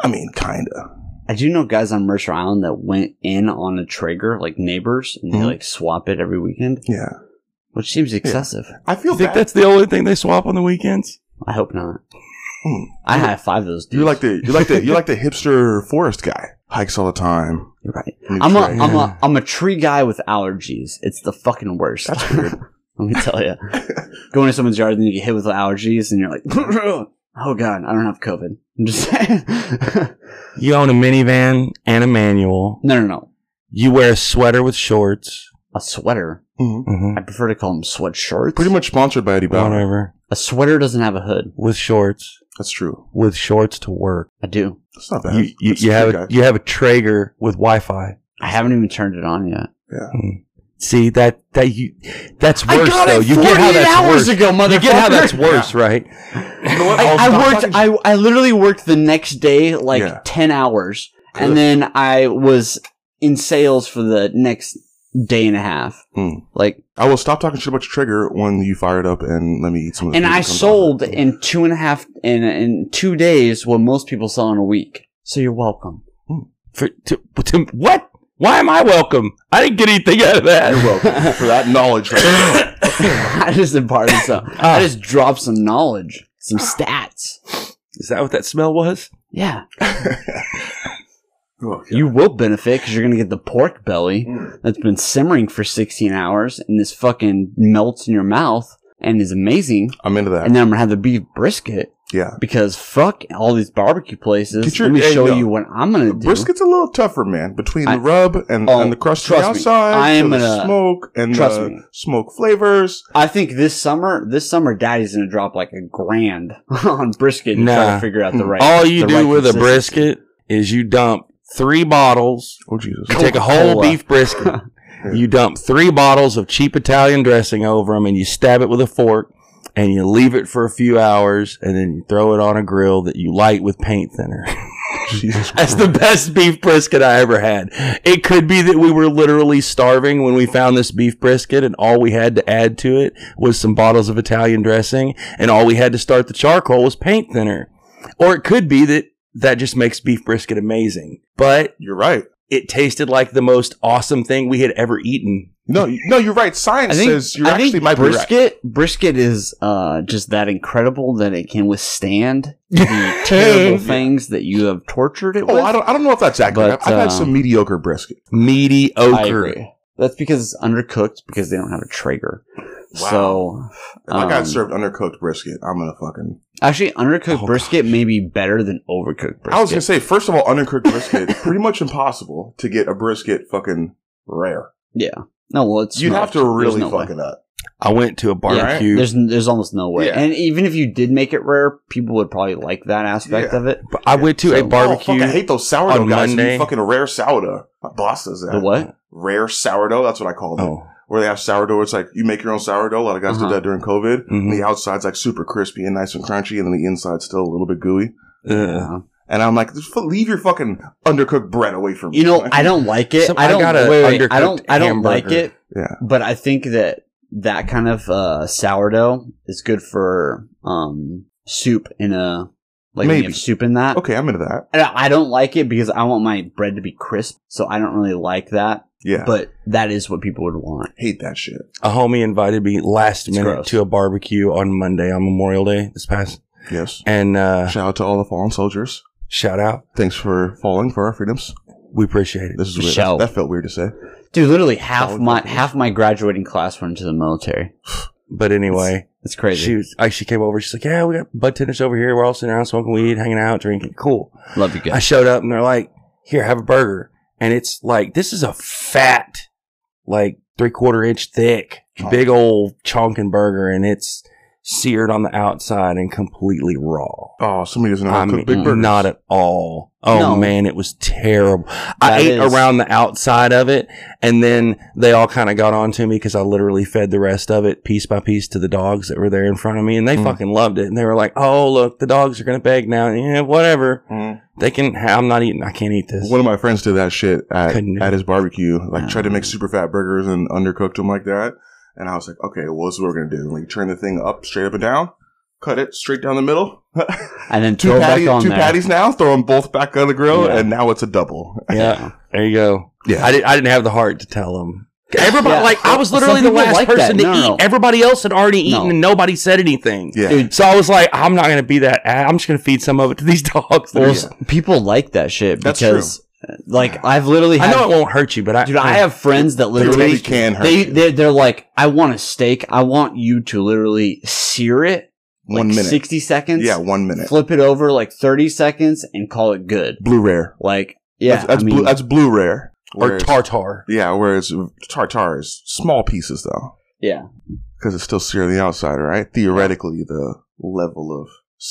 S1: I mean, kinda.
S3: I do know guys on Mercer Island that went in on a Traeger, like neighbors, and
S1: Mhm.
S3: they like swap it every weekend,
S1: Yeah.
S3: which seems excessive.
S1: I feel
S5: you think
S1: bad.
S5: that's the only thing they swap on the weekends?
S3: I hope not.
S1: Hmm.
S3: I high five those dudes.
S1: You're like the you're like the you're like the hipster forest guy. Hikes all the time.
S3: You're right.
S1: New
S3: I'm a,
S1: Traeger.
S3: I'm a I'm a tree guy with allergies. It's the fucking worst.
S1: That's weird.
S3: Let me tell you. Going to someone's yard and you get hit with allergies and you're like, oh god, I don't have COVID. I'm just saying.
S5: You own a minivan and a manual.
S3: no, no, no.
S5: You wear a sweater with shorts.
S3: A sweater.
S1: Mhm.
S5: Mm-hmm.
S3: I prefer to call them sweatshorts.
S1: Pretty much sponsored by Eddie Bauer.
S5: Whatever.
S3: a sweater doesn't have a hood.
S5: With shorts.
S1: That's true.
S5: With shorts to work.
S3: I do.
S1: That's not bad.
S5: You, you,
S1: That's
S5: you
S1: a
S5: have
S1: good guy.
S5: a, you have a Traeger with Wi-Fi.
S3: I haven't even turned it on yet.
S5: See that that you that's
S3: I
S5: worse
S3: got
S5: though.
S3: it
S5: You get how
S3: 48
S5: that's
S3: hours
S5: worse.
S3: ago,
S5: you get how
S3: motherfucker.
S5: that's worse, right?
S1: You know what?
S3: I,
S1: I'll
S3: I
S1: stop
S3: worked.
S1: talking-
S3: I I literally worked the next day like
S1: Yeah.
S3: ten hours, and
S1: Good.
S3: then I was in sales for the next day and a half.
S1: Hmm.
S3: Like,
S1: I will stop talking shit about your trigger when you fire it up and let me eat some of the
S3: and
S1: food that
S3: I
S1: comes
S3: sold
S1: off it.
S3: in two and a half in in two days what most people sell in a week. So you're welcome.
S5: For to, to what? Why am I welcome? I didn't get anything out of that.
S1: You're welcome for that knowledge. Right there.
S3: I just imparted some.
S5: Ah.
S3: I just dropped some knowledge, some stats.
S5: Is that what that smell was?
S3: Yeah,
S1: Oh, yeah. Mm.
S3: you will benefit because you're gonna get the pork belly that's been simmering for 16 hours, and this fucking melts in your mouth and is amazing.
S1: I'm into that.
S3: And then I'm gonna have the beef brisket
S1: yeah,
S3: because fuck all these barbecue places.
S1: Get your-
S3: Let me
S1: hey,
S3: show
S1: no.
S3: you what I'm gonna do.
S1: brisket's a little tougher, man. Between
S3: I-
S1: the rub and,
S3: Oh,
S1: and the crust
S3: trust me.
S1: outside,
S3: I am
S1: to the
S3: gonna-
S1: smoke and
S3: trust
S1: the
S3: me.
S1: smoke flavors.
S3: I think this summer, this summer, Daddy's gonna drop like a grand on brisket and try
S5: Nah.
S3: to figure out the right.
S5: All you
S3: the
S5: do
S3: right
S5: with a
S3: consistency.
S5: brisket is you dump three bottles.
S1: Oh Jesus!
S5: You take a whole
S3: Coca-Cola.
S5: beef brisket. you dump three bottles of cheap Italian dressing over them, and you stab it with a fork, and you leave it for a few hours, and then you throw it on a grill that you light with paint thinner.
S1: Jesus
S5: That's the best beef brisket I ever had. It could be that we were literally starving when we found this beef brisket, and all we had to add to it was some bottles of Italian dressing, and all we had to start the charcoal was paint thinner. Or it could be that that just makes beef brisket amazing, but
S1: You're right.
S5: it tasted like the most awesome thing we had ever eaten.
S1: No, you- no, you're right. Science
S3: I think,
S1: says you
S3: I
S1: actually
S3: think
S1: might
S3: brisket,
S1: be right.
S3: brisket is uh, just that incredible that it can withstand the terrible things that you have tortured it
S1: Oh,
S3: with.
S1: I don't, I don't know if that's accurate.
S3: But,
S1: I've, I've had
S3: uh,
S1: some mediocre brisket.
S3: I
S5: Mediocre.
S3: agree. That's because it's undercooked because they don't have a Traeger.
S1: Wow.
S3: So
S1: If I got
S3: um,
S1: served undercooked brisket, I'm gonna fucking.
S3: actually, undercooked
S5: Oh,
S3: brisket may be better than overcooked brisket.
S1: I was gonna say, first of all, undercooked brisket pretty much impossible to get a brisket fucking rare.
S3: no, well, it's
S1: You'd
S3: not.
S1: have to really
S3: no way.
S1: fucking up.
S5: I went to a barbecue.
S3: There's there's almost no way.
S1: Yeah.
S3: And even if you did make it rare, people would probably like that aspect
S1: Yeah.
S3: of it.
S5: I went to a
S3: So-
S1: Oh,
S5: barbecue.
S1: fuck, I hate those sourdough
S5: on
S1: guys. who
S5: Monday.
S1: eat fucking rare sourdough. My boss does that.
S3: The what?
S1: Rare sourdough. That's what I call them.
S5: oh.
S1: Where they have sourdough. It's like you make your own sourdough. A lot of guys
S3: Uh-huh.
S1: did that during COVID. And
S5: Mhm.
S1: the outside's like super crispy and nice and crunchy, and then the inside's still a little bit gooey.
S5: Ugh.
S3: Uh,
S1: And I'm like, just fu- leave your fucking undercooked bread away from me.
S3: you know, I don't like it.
S5: Some-
S3: I
S5: I
S3: don't.
S5: got
S3: wait,
S5: a
S3: wait, I
S5: undercooked
S3: don't. I don't like
S5: hamburger.
S3: it.
S1: Yeah.
S3: But I think that that kind of uh, sourdough is good for um, soup in a like when you
S1: Maybe.
S3: have soup in that.
S1: okay, I'm into that.
S3: And I I don't like it because I want my bread to be crisp, so I don't really like that.
S1: Yeah,
S3: But that is what people would want.
S1: hate that shit.
S5: a homie invited me last
S3: It's
S5: minute
S3: gross.
S5: to a barbecue on Monday on Memorial Day this past.
S1: Yes.
S5: And uh,
S1: Shout out to all the fallen soldiers.
S5: shout out.
S1: Thanks for falling for our freedoms.
S5: We appreciate it.
S1: This is weird.
S3: Shout.
S1: That, that felt weird to say.
S3: Dude, literally half
S1: Solid
S3: my
S1: company.
S3: half my graduating class went into the military.
S5: But anyway,
S3: It's crazy.
S5: she was, I, she came over. She's like, "Yeah, we got butt tenders over here. We're all sitting around smoking weed, hanging out, drinking. Cool."
S3: Love you
S5: I
S3: guys.
S5: showed up and they're like, "Here, have a burger." And it's like this is a fat, like three quarter inch thick,
S1: Chonk.
S5: big old chonkin burger, and it's seared on the outside and completely raw.
S1: Oh, somebody doesn't know how
S5: I
S1: to
S5: mean,
S1: cook big burgers.
S5: not at all. Oh
S3: No.
S5: man, it was terrible. I
S3: That
S5: ate
S3: is-
S5: around the outside of it, and then they all kind of got onto me because I literally fed the rest of it piece by piece to the dogs that were there in front of me, and they
S1: Mm.
S5: fucking loved it. And they were like, "Oh look, the dogs are gonna beg now. Yeah, whatever.
S1: Mm.
S5: They can. ha- I'm not eating. I can't eat this.
S1: One of my friends did that shit at,
S5: Couldn't-
S1: at his barbecue. Like, tried to make
S3: Oh.
S1: super fat burgers and undercooked them like that. And I was like, okay, well, this is what we're gonna do. Like, turn the thing up, straight up and down, cut it straight down the middle.
S3: And then
S1: two
S3: throw it
S1: patty-
S3: back on
S1: two
S3: there.
S1: patties now. Throw them both back on the grill,
S3: Yeah.
S1: and now it's a double.
S5: yeah, there you go.
S1: Yeah.
S5: I didn't. I didn't have the heart to tell them. Everybody,
S3: Yeah.
S5: like, I was
S3: Some
S5: literally the
S3: people
S5: last
S3: like that.
S5: person to
S3: No, no,
S5: eat.
S3: no.
S5: Everybody else had already eaten,
S3: No.
S5: and nobody said anything.
S1: Yeah.
S3: Dude,
S5: So I was like, I'm not going to be that. ass. I'm just going to feed some of it to these dogs. that
S3: well,
S5: are-
S3: s- people like that shit
S1: That's
S3: because, uh, like, I've literally
S5: I
S3: had,
S5: know it won't hurt you, but I, oh,
S3: dude, I have friends that
S1: They
S3: literally
S1: really can hurt.
S3: they
S1: you.
S3: they're, they're like, I want a steak. I want you to literally sear it like
S1: one minute.
S3: sixty seconds.
S1: Yeah, one minute.
S3: flip it over like thirty seconds and call it good.
S1: Blue rare.
S3: Like, yeah,
S1: that's, that's
S3: I mean,
S1: blue. That's blue rare.
S5: or
S1: Whereas-
S5: tartar.
S1: Yeah, whereas tartar is small pieces though,
S3: yeah,
S1: because it's still seared on the outside, right? Theoretically, the level of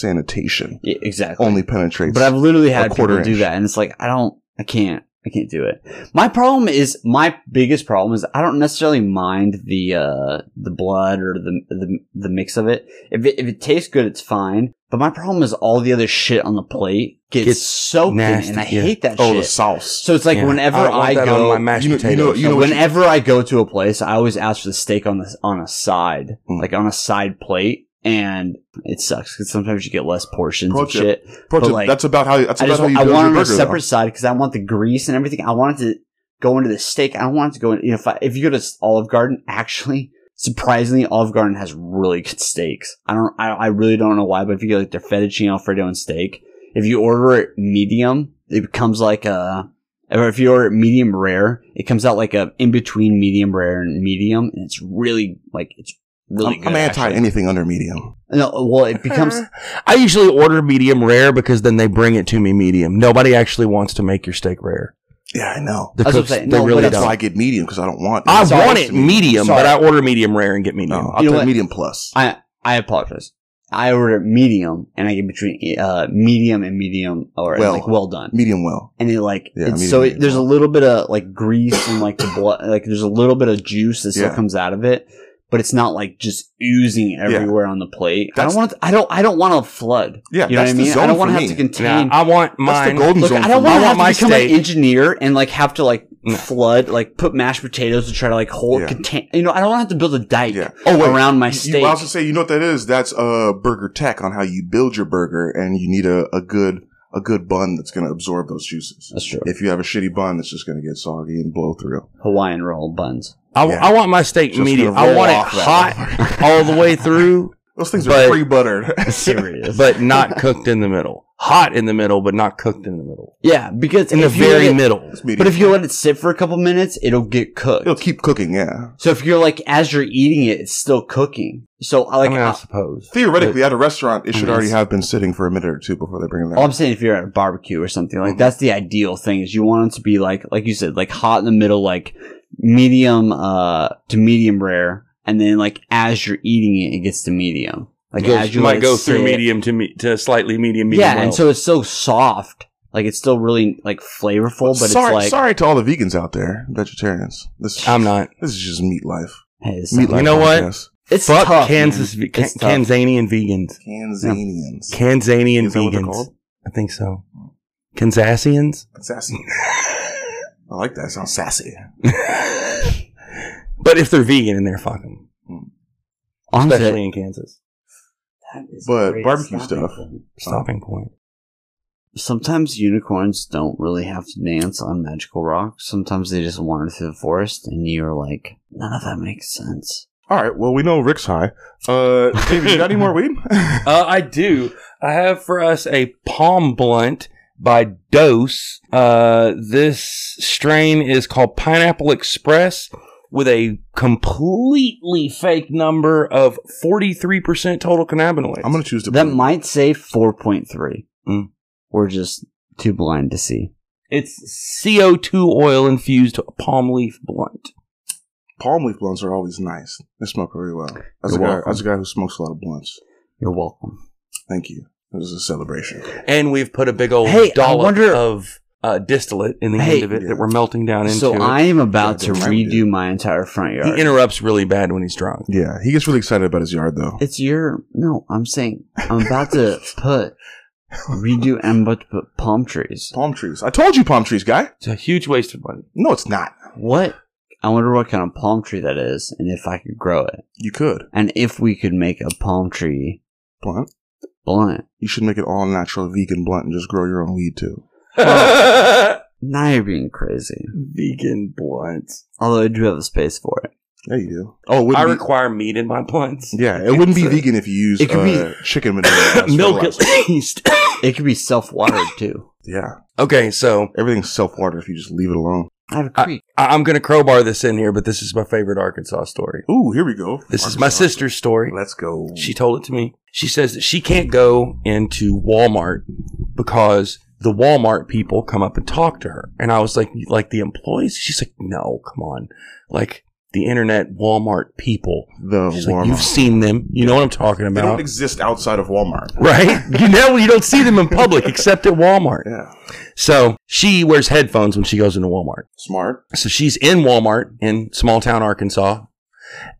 S1: sanitation
S3: yeah, exactly.
S1: only penetrates.
S3: but I've literally had
S1: quarter
S3: people do
S1: inch.
S3: that, and it's like, I don't, I can't, I can't do it. My problem is, my biggest problem is, I don't necessarily mind the uh the blood or the the, the mix of it. If it, if it tastes good, it's fine. But my problem is all the other shit on the plate gets,
S5: Gets
S3: soaked
S5: nasty,
S3: in, and I
S5: yeah.
S3: hate that
S1: oh the
S3: shit.
S1: sauce.
S3: So it's like
S5: Yeah.
S3: whenever
S5: don't want
S3: I,
S5: that
S3: go,
S5: on my mashed
S1: You know- you
S5: potatoes.
S1: know- you know- what
S3: whenever I go to a place, I always ask for the steak on the on a side,
S1: Mm.
S3: like on a side plate, and it sucks because sometimes you get less portions
S1: Pro
S3: of
S1: tip.
S3: shit.
S1: Pro
S3: but
S1: tip,
S3: like,
S1: that's about how. That's
S3: I
S1: about
S3: just
S1: how
S3: want,
S1: you
S3: I
S1: build
S3: want it
S1: your
S3: on a
S1: burger.
S3: separate side because I want the grease and everything. I want it to go into the steak. I don't want it to go in. You know, if I, if you go to Olive Garden, actually, surprisingly, Olive Garden has really good steaks. I don't, I, I really don't know why, but if you get like their fettuccine alfredo and steak, if you order it medium, it becomes like a. Or if you order it medium rare, it comes out like a in between medium rare and medium, and it's really like it's
S1: though.
S3: really
S1: I'm,
S3: good.
S1: I'm anti
S3: actually.
S1: anything under medium.
S3: No, well, it becomes
S5: I usually order medium rare because then they bring it to me medium. Nobody actually wants to make your steak rare.
S1: Yeah, I know.
S5: The
S3: That's what I'm
S5: cooks,
S3: saying.
S5: they
S3: No, but
S5: really
S1: That's why
S5: don't.
S1: I get medium because I don't want.
S5: I
S1: it's
S5: want
S1: supposed
S5: it
S1: to be-
S5: medium,
S3: Sorry.
S5: but I order medium rare and get medium.
S1: No, I'll
S3: You know
S1: take
S3: what?
S1: medium plus.
S3: I I apologize. I order medium, and I get between uh, medium and medium, or
S1: Well.
S3: like well done.
S1: medium well.
S3: And it like
S1: Yeah,
S3: it's,
S1: medium,
S3: so
S1: medium
S3: it, there's a
S1: well.
S3: little bit of like grease and like the blood, like there's a little bit of juice that still
S1: Yeah.
S3: comes out of it, but it's not like just oozing everywhere on the plate. I
S1: That's-
S3: don't want to, I don't I don't want to flood.
S1: Yeah,
S3: You know what I
S1: that's the
S3: mean?
S1: zone
S3: I don't want
S1: for
S3: to have to
S1: me.
S5: Nah,
S3: contain.
S5: I want
S1: That's
S5: mine.
S1: the golden
S3: Look,
S1: zone.
S3: I
S1: for
S3: don't
S1: me.
S3: want
S5: I
S3: to
S5: want
S3: have to
S5: my
S3: become
S5: steak.
S3: an engineer and like have to like
S5: No.
S3: flood, like put mashed potatoes to try to like hold
S1: Yeah.
S3: contain. You know, I don't want to have to build a dike
S1: Yeah. Oh, wait.
S3: around my
S1: You-
S3: steak.
S1: You, I was gonna say, you know what that is? That's uh, burger tech on how you build your burger, and you need a, a good a good bun that's gonna absorb those juices.
S3: That's true.
S1: If you have a shitty bun, it's just gonna get soggy and blow through.
S3: Hawaiian roll buns.
S5: I,
S1: Yeah.
S5: I want my steak
S1: Just
S5: medium.
S1: gonna
S5: I
S1: roll
S5: want it
S1: off that
S5: hot all the way through,
S1: Those things
S5: But-
S1: are pre buttered.
S3: serious.
S5: but not cooked in the middle. Hot in the middle, but not cooked in the middle.
S3: yeah, because
S5: In the
S3: if you
S5: very
S3: let it-
S5: middle.
S3: But if you let it sit for a couple minutes, it'll get cooked.
S1: it'll keep cooking, yeah.
S3: so if you're like as you're eating it, it's still cooking. So I
S5: I
S3: like uh,
S5: mean, I
S3: I,
S5: suppose.
S1: Theoretically, at a restaurant, it should
S3: mean,
S1: already
S3: it's-
S1: have been sitting for a minute or two before they bring it
S3: all
S1: out.
S3: I'm saying if you're at a barbecue or something
S5: Mm-hmm.
S3: like that's the ideal thing is you want it to be like like you said like hot in the middle like medium uh to medium rare and then like as you're eating it it gets to medium like
S5: It goes-
S3: as you let
S5: might
S3: it
S5: go through
S3: sit.
S5: medium to me, to slightly medium. medium
S3: yeah
S5: well.
S3: and so it's so soft like it's still really like flavorful but
S1: sorry,
S3: it's like
S1: sorry to all the vegans out there, vegetarians. This
S5: I'm not.
S1: this is just meat life.
S3: hey, it's,
S1: Meat
S5: You
S1: life
S5: know what?
S1: podcast.
S3: it's
S5: Fuck
S3: tough,
S5: Kansas,
S3: man.
S5: ve- Can-
S3: It's tough.
S5: Kanzanian vegans,
S1: Kanzanians.
S5: Kanzanian
S1: Is that what they're
S5: vegans.
S1: called?
S5: I think so. Kansassians,
S1: Sassy. I like that. It sounds sassy.
S5: but if they're vegan and they're fucking,
S3: Honestly,
S5: especially in Kansas,
S1: But great barbecue stopping stuff.
S5: stopping point.
S3: Sometimes unicorns don't really have to dance on magical rocks. Sometimes they just wander through the forest, and you're like, none of that makes sense.
S1: All right. Well, we know Rick's high. Uh, David, you got any more weed?
S5: Uh, I do. I have for us a palm blunt by Dose. Uh, this strain is called Pineapple Express. with a completely fake number of 43% total cannabinoids.
S1: I'm gonna choose to.
S3: That might say 4.3.
S5: Mm.
S3: We're just too blind to see.
S5: it's CO2 oil infused palm leaf blunt.
S1: palm leaf blunts are always nice. They smoke very well. As a
S3: You're
S1: guy,
S3: welcome.
S1: as a guy who smokes a lot of blunts,
S3: You're welcome.
S1: thank you. It was a celebration.
S5: And we've put a big old
S3: Hey, I
S5: dollop
S3: wonder-
S5: of uh, distillate in the
S3: Hey.
S5: end of it
S1: Yeah.
S5: that we're melting down into.
S3: So
S5: it.
S3: I am about
S1: Yeah,
S3: to
S1: they might do.
S3: redo my entire front
S5: he
S3: yard.
S5: interrupts really bad when he's drunk.
S1: Yeah, he gets really excited about his yard though.
S3: it's your no. I'm saying I'm about to put redo. I'm about to put palm trees.
S1: Palm trees. I told you, palm trees, guy.
S5: It's a huge waste of money.
S1: No, it's not.
S3: What? I wonder what kind of palm tree that is, and if I could grow it,
S1: You could
S3: and if we could make a palm tree
S1: blunt.
S3: blunt.
S1: You should make it all natural vegan blunt and just grow your own weed too.
S3: Now you're being crazy.
S5: Oh. Vegan blunts.
S3: Although I do have the space for it.
S1: Yeah, you do. Oh, it
S5: I
S1: wouldn't be,
S5: require meat in my blunts.
S1: yeah, it wouldn't be
S5: It's a-
S1: vegan if you used
S3: It could
S1: uh, chicken manure. as
S5: Milk at
S1: fertilizer.
S5: least.
S3: It could be self-watered too.
S1: Yeah,
S5: okay, so
S1: everything's self water if you just leave it alone.
S3: I have a creek.
S5: I- I'm going to crowbar this in here, but this is my favorite Arkansas story.
S1: Ooh, here we go.
S5: This is my
S1: Arkansas.
S5: sister's story.
S1: Let's go.
S5: She told it to me. She says that she can't go into Walmart because the Walmart people come up and talk to her. And I was like, like the employees? She's like, no, come on. Like the internet Walmart people.
S1: the
S5: She's like,
S1: Walmart.
S5: you've seen them. You know what I'm talking
S1: they don't
S5: about.
S1: exist outside of Walmart.
S5: Right? You know, you don't see them in public except at Walmart.
S1: Yeah,
S5: So she wears headphones when she goes into Walmart.
S1: smart.
S5: So she's in Walmart in small town Arkansas,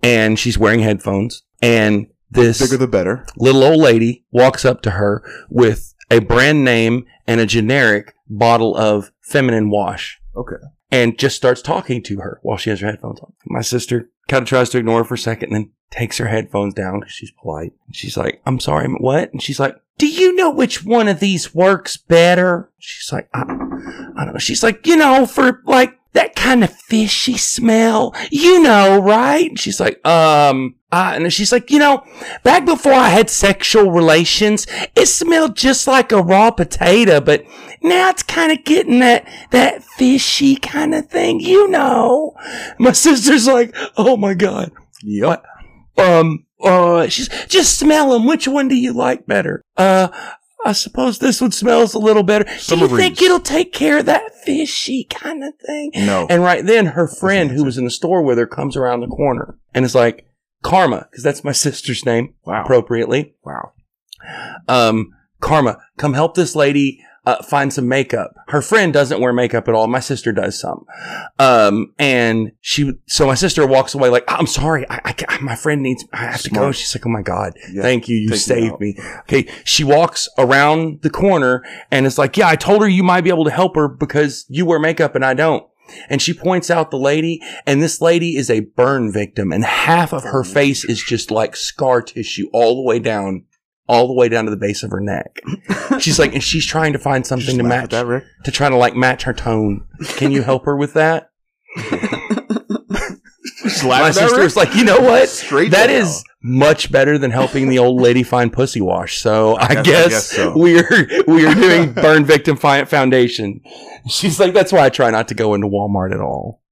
S5: and she's wearing headphones. And this
S1: Bigger the better.
S5: little old lady walks up to her with a brand name and a generic bottle of feminine wash.
S1: Okay.
S5: And just starts talking to her while she has her headphones on. My sister kind of tries to ignore her for a second and then takes her headphones down because she's polite. And she's like, I'm sorry, I'm- what? And she's like, Do you know which one of these works better? She's like, I, I don't know. She's like, You know, for like that kind of fishy smell, you know, right? And she's like, Um, uh, and she's like, You know, Back before I had sexual relations, it smelled just like a raw potato, but now it's kind of getting that, that fishy kind of thing, you know. My sister's like, oh my God.
S1: Yep.
S5: Um, uh, she's, just smell them. Which one do you like better? Uh, I suppose this one smells a little better. Do you
S1: Summer
S5: think
S1: breeze.
S5: it'll take care of that fishy kind of thing?
S1: No.
S5: And right then, her friend who was in the store with her comes around the corner and is like, Karma, because that's my sister's name,
S1: wow.
S5: appropriately.
S1: wow.
S5: Um, Karma, come help this lady uh, find some makeup. Her friend doesn't wear makeup at all. My sister does some. Um, and she, so my sister walks away like, I'm sorry, I, I, ca- my friend needs, I have to go.
S1: Smart.
S5: She's like, oh my God.
S1: Yeah.
S5: Thank you. You
S1: Take me
S5: saved
S1: out.
S5: me. Okay. She walks around the corner and it's like, yeah, I told her you might be able to help her because you wear makeup and I don't. And she points out the lady and this lady is a burn victim and half of her face is just like scar tissue all the way down, all the way down to the base of her neck. She's like, and she's trying to find
S1: Did you just
S5: something to
S1: laugh
S5: match,
S1: at that, Rick.
S5: to try to like match her tone. Can you help her with that? My sister was like, you know what?
S1: Straight
S5: That
S1: down.
S5: is much better than helping the old lady find pussy wash. So I,
S1: guess- I
S5: guess,
S1: guess so.
S5: we're we're doing burn victim fi- foundation. She's like, that's why I try not to go into Walmart at all.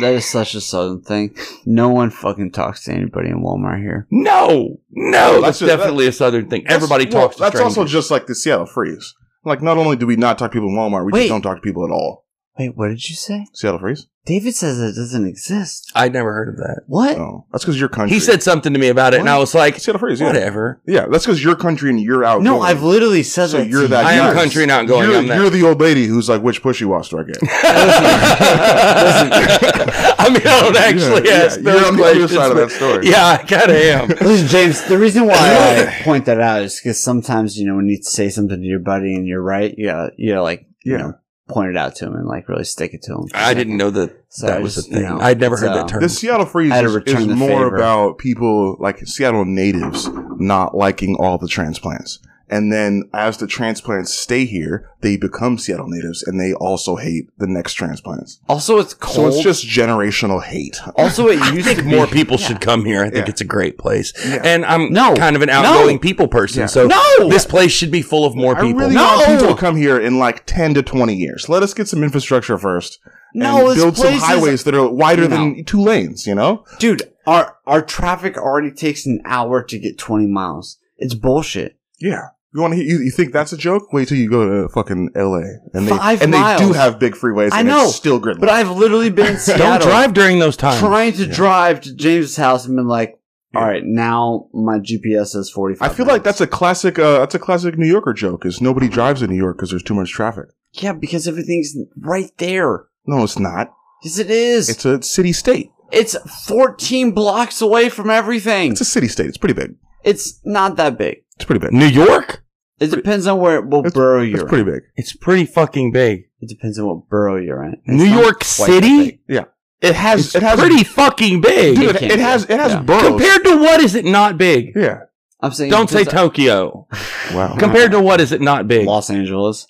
S3: That is such a southern thing. No one fucking talks to anybody in Walmart here.
S5: No, no,
S1: That's
S5: that's,
S1: just-
S5: definitely a southern thing. Everybody
S1: That's- well,
S5: talks. to
S1: That's
S5: strangers.
S1: also just like the Seattle freeze. Like, not only do we not talk to people in Walmart, we
S3: Wait.
S1: just don't talk to people at all.
S3: Wait, what did you say?
S1: Seattle freeze?
S3: David says it doesn't exist.
S5: I'd never heard of that.
S3: What?
S1: Oh, that's because your country.
S5: He said something to me about it, and I was like,
S1: Seattle freeze. Yeah,
S5: whatever.
S1: yeah. That's because your country and you're out.
S3: no, I've literally said
S1: Oh, So
S3: that.
S1: you're
S3: to
S1: that
S3: you.
S5: I
S1: Yes.
S5: am country not going.
S1: You're,
S5: I'm not.
S1: you're the old lady who's like, which pushy wash do I get? Yeah,
S5: I mean, I don't actually
S1: yeah,
S5: ask those
S1: You're on the other
S5: questions.
S1: side of
S5: but-
S1: that story.
S5: Yeah, I kind of am.
S3: Listen, James, the reason why I point that out is because sometimes, you know, when you say something to your buddy and you're right, you gotta, you gotta like, you
S1: Yeah.
S3: know, point it out to him and like really stick it to him.
S5: I didn't know that
S3: So
S5: that
S3: I
S5: was a
S3: just-
S5: thing.
S3: you know,
S5: I'd never heard
S3: so-
S5: that term.
S1: The Seattle Freeze
S3: I had to
S1: is,
S3: return
S1: is
S3: the
S1: more
S3: favor.
S1: about people like Seattle natives not liking all the transplants. And then as the transplants stay here, they become Seattle natives and they also hate the next transplants.
S3: Also, it's cold.
S1: So it's just generational hate.
S3: also, it
S5: you
S3: used
S5: think
S3: to
S5: more
S3: be-
S5: people
S3: Yeah.
S5: should come here. I think
S1: Yeah.
S5: it's a great place.
S1: Yeah.
S5: And I'm
S3: No.
S5: kind of an
S3: No.
S5: outgoing people person.
S1: Yeah.
S5: So
S3: No.
S5: this place should be full of more
S1: I
S5: people.
S1: really
S3: No!
S1: want people to come here in like 10 to 20 years. Let us get some infrastructure first.
S3: No,
S1: and
S3: this
S1: build some
S3: place is-
S1: highways that are wider than two lanes. You know,
S3: dude. Our our traffic already takes an hour to get twenty miles. It's bullshit.
S1: yeah. You want to? You, you think that's a joke? Wait till you go to fucking L.A. and they
S3: Five
S1: and they do
S3: miles.
S1: have big freeways.
S3: I
S1: and
S3: know,
S1: it's still gridlock.
S3: But I've literally been in
S5: Don't
S3: Seattle
S5: drive during those times.
S3: trying to drive to James's house and been like,
S1: Yeah.
S3: all right, now my GPS says forty
S1: I
S3: five.
S1: feel like that's a classic. Uh, that's a classic New Yorker joke. Is nobody drives in New York because there's too much traffic?
S3: yeah, because everything's right there.
S1: No, it's not.
S3: Yes, it is.
S1: It's a city state.
S3: It's fourteen blocks away from everything.
S1: It's a city state. It's pretty big.
S3: It's not that big.
S1: It's pretty big.
S5: New York?
S3: It depends on where what
S1: It's-
S3: borough you're
S1: It's pretty big.
S5: It's pretty fucking big.
S3: in. It depends on what borough you're in. It's
S5: New
S3: not
S5: York
S3: quite that
S5: City?
S3: big.
S1: Yeah,
S5: It has
S1: It's it has-
S5: pretty fucking big.
S1: dude. It,
S3: can't
S1: it has
S3: be.
S1: it has
S3: Yeah.
S1: boroughs.
S5: Compared to what is it not big?
S1: yeah.
S3: I'm saying
S5: Don't say
S3: depends on-
S5: Tokyo.
S1: Wow.
S5: Compared to what is it not big?
S3: Los Angeles.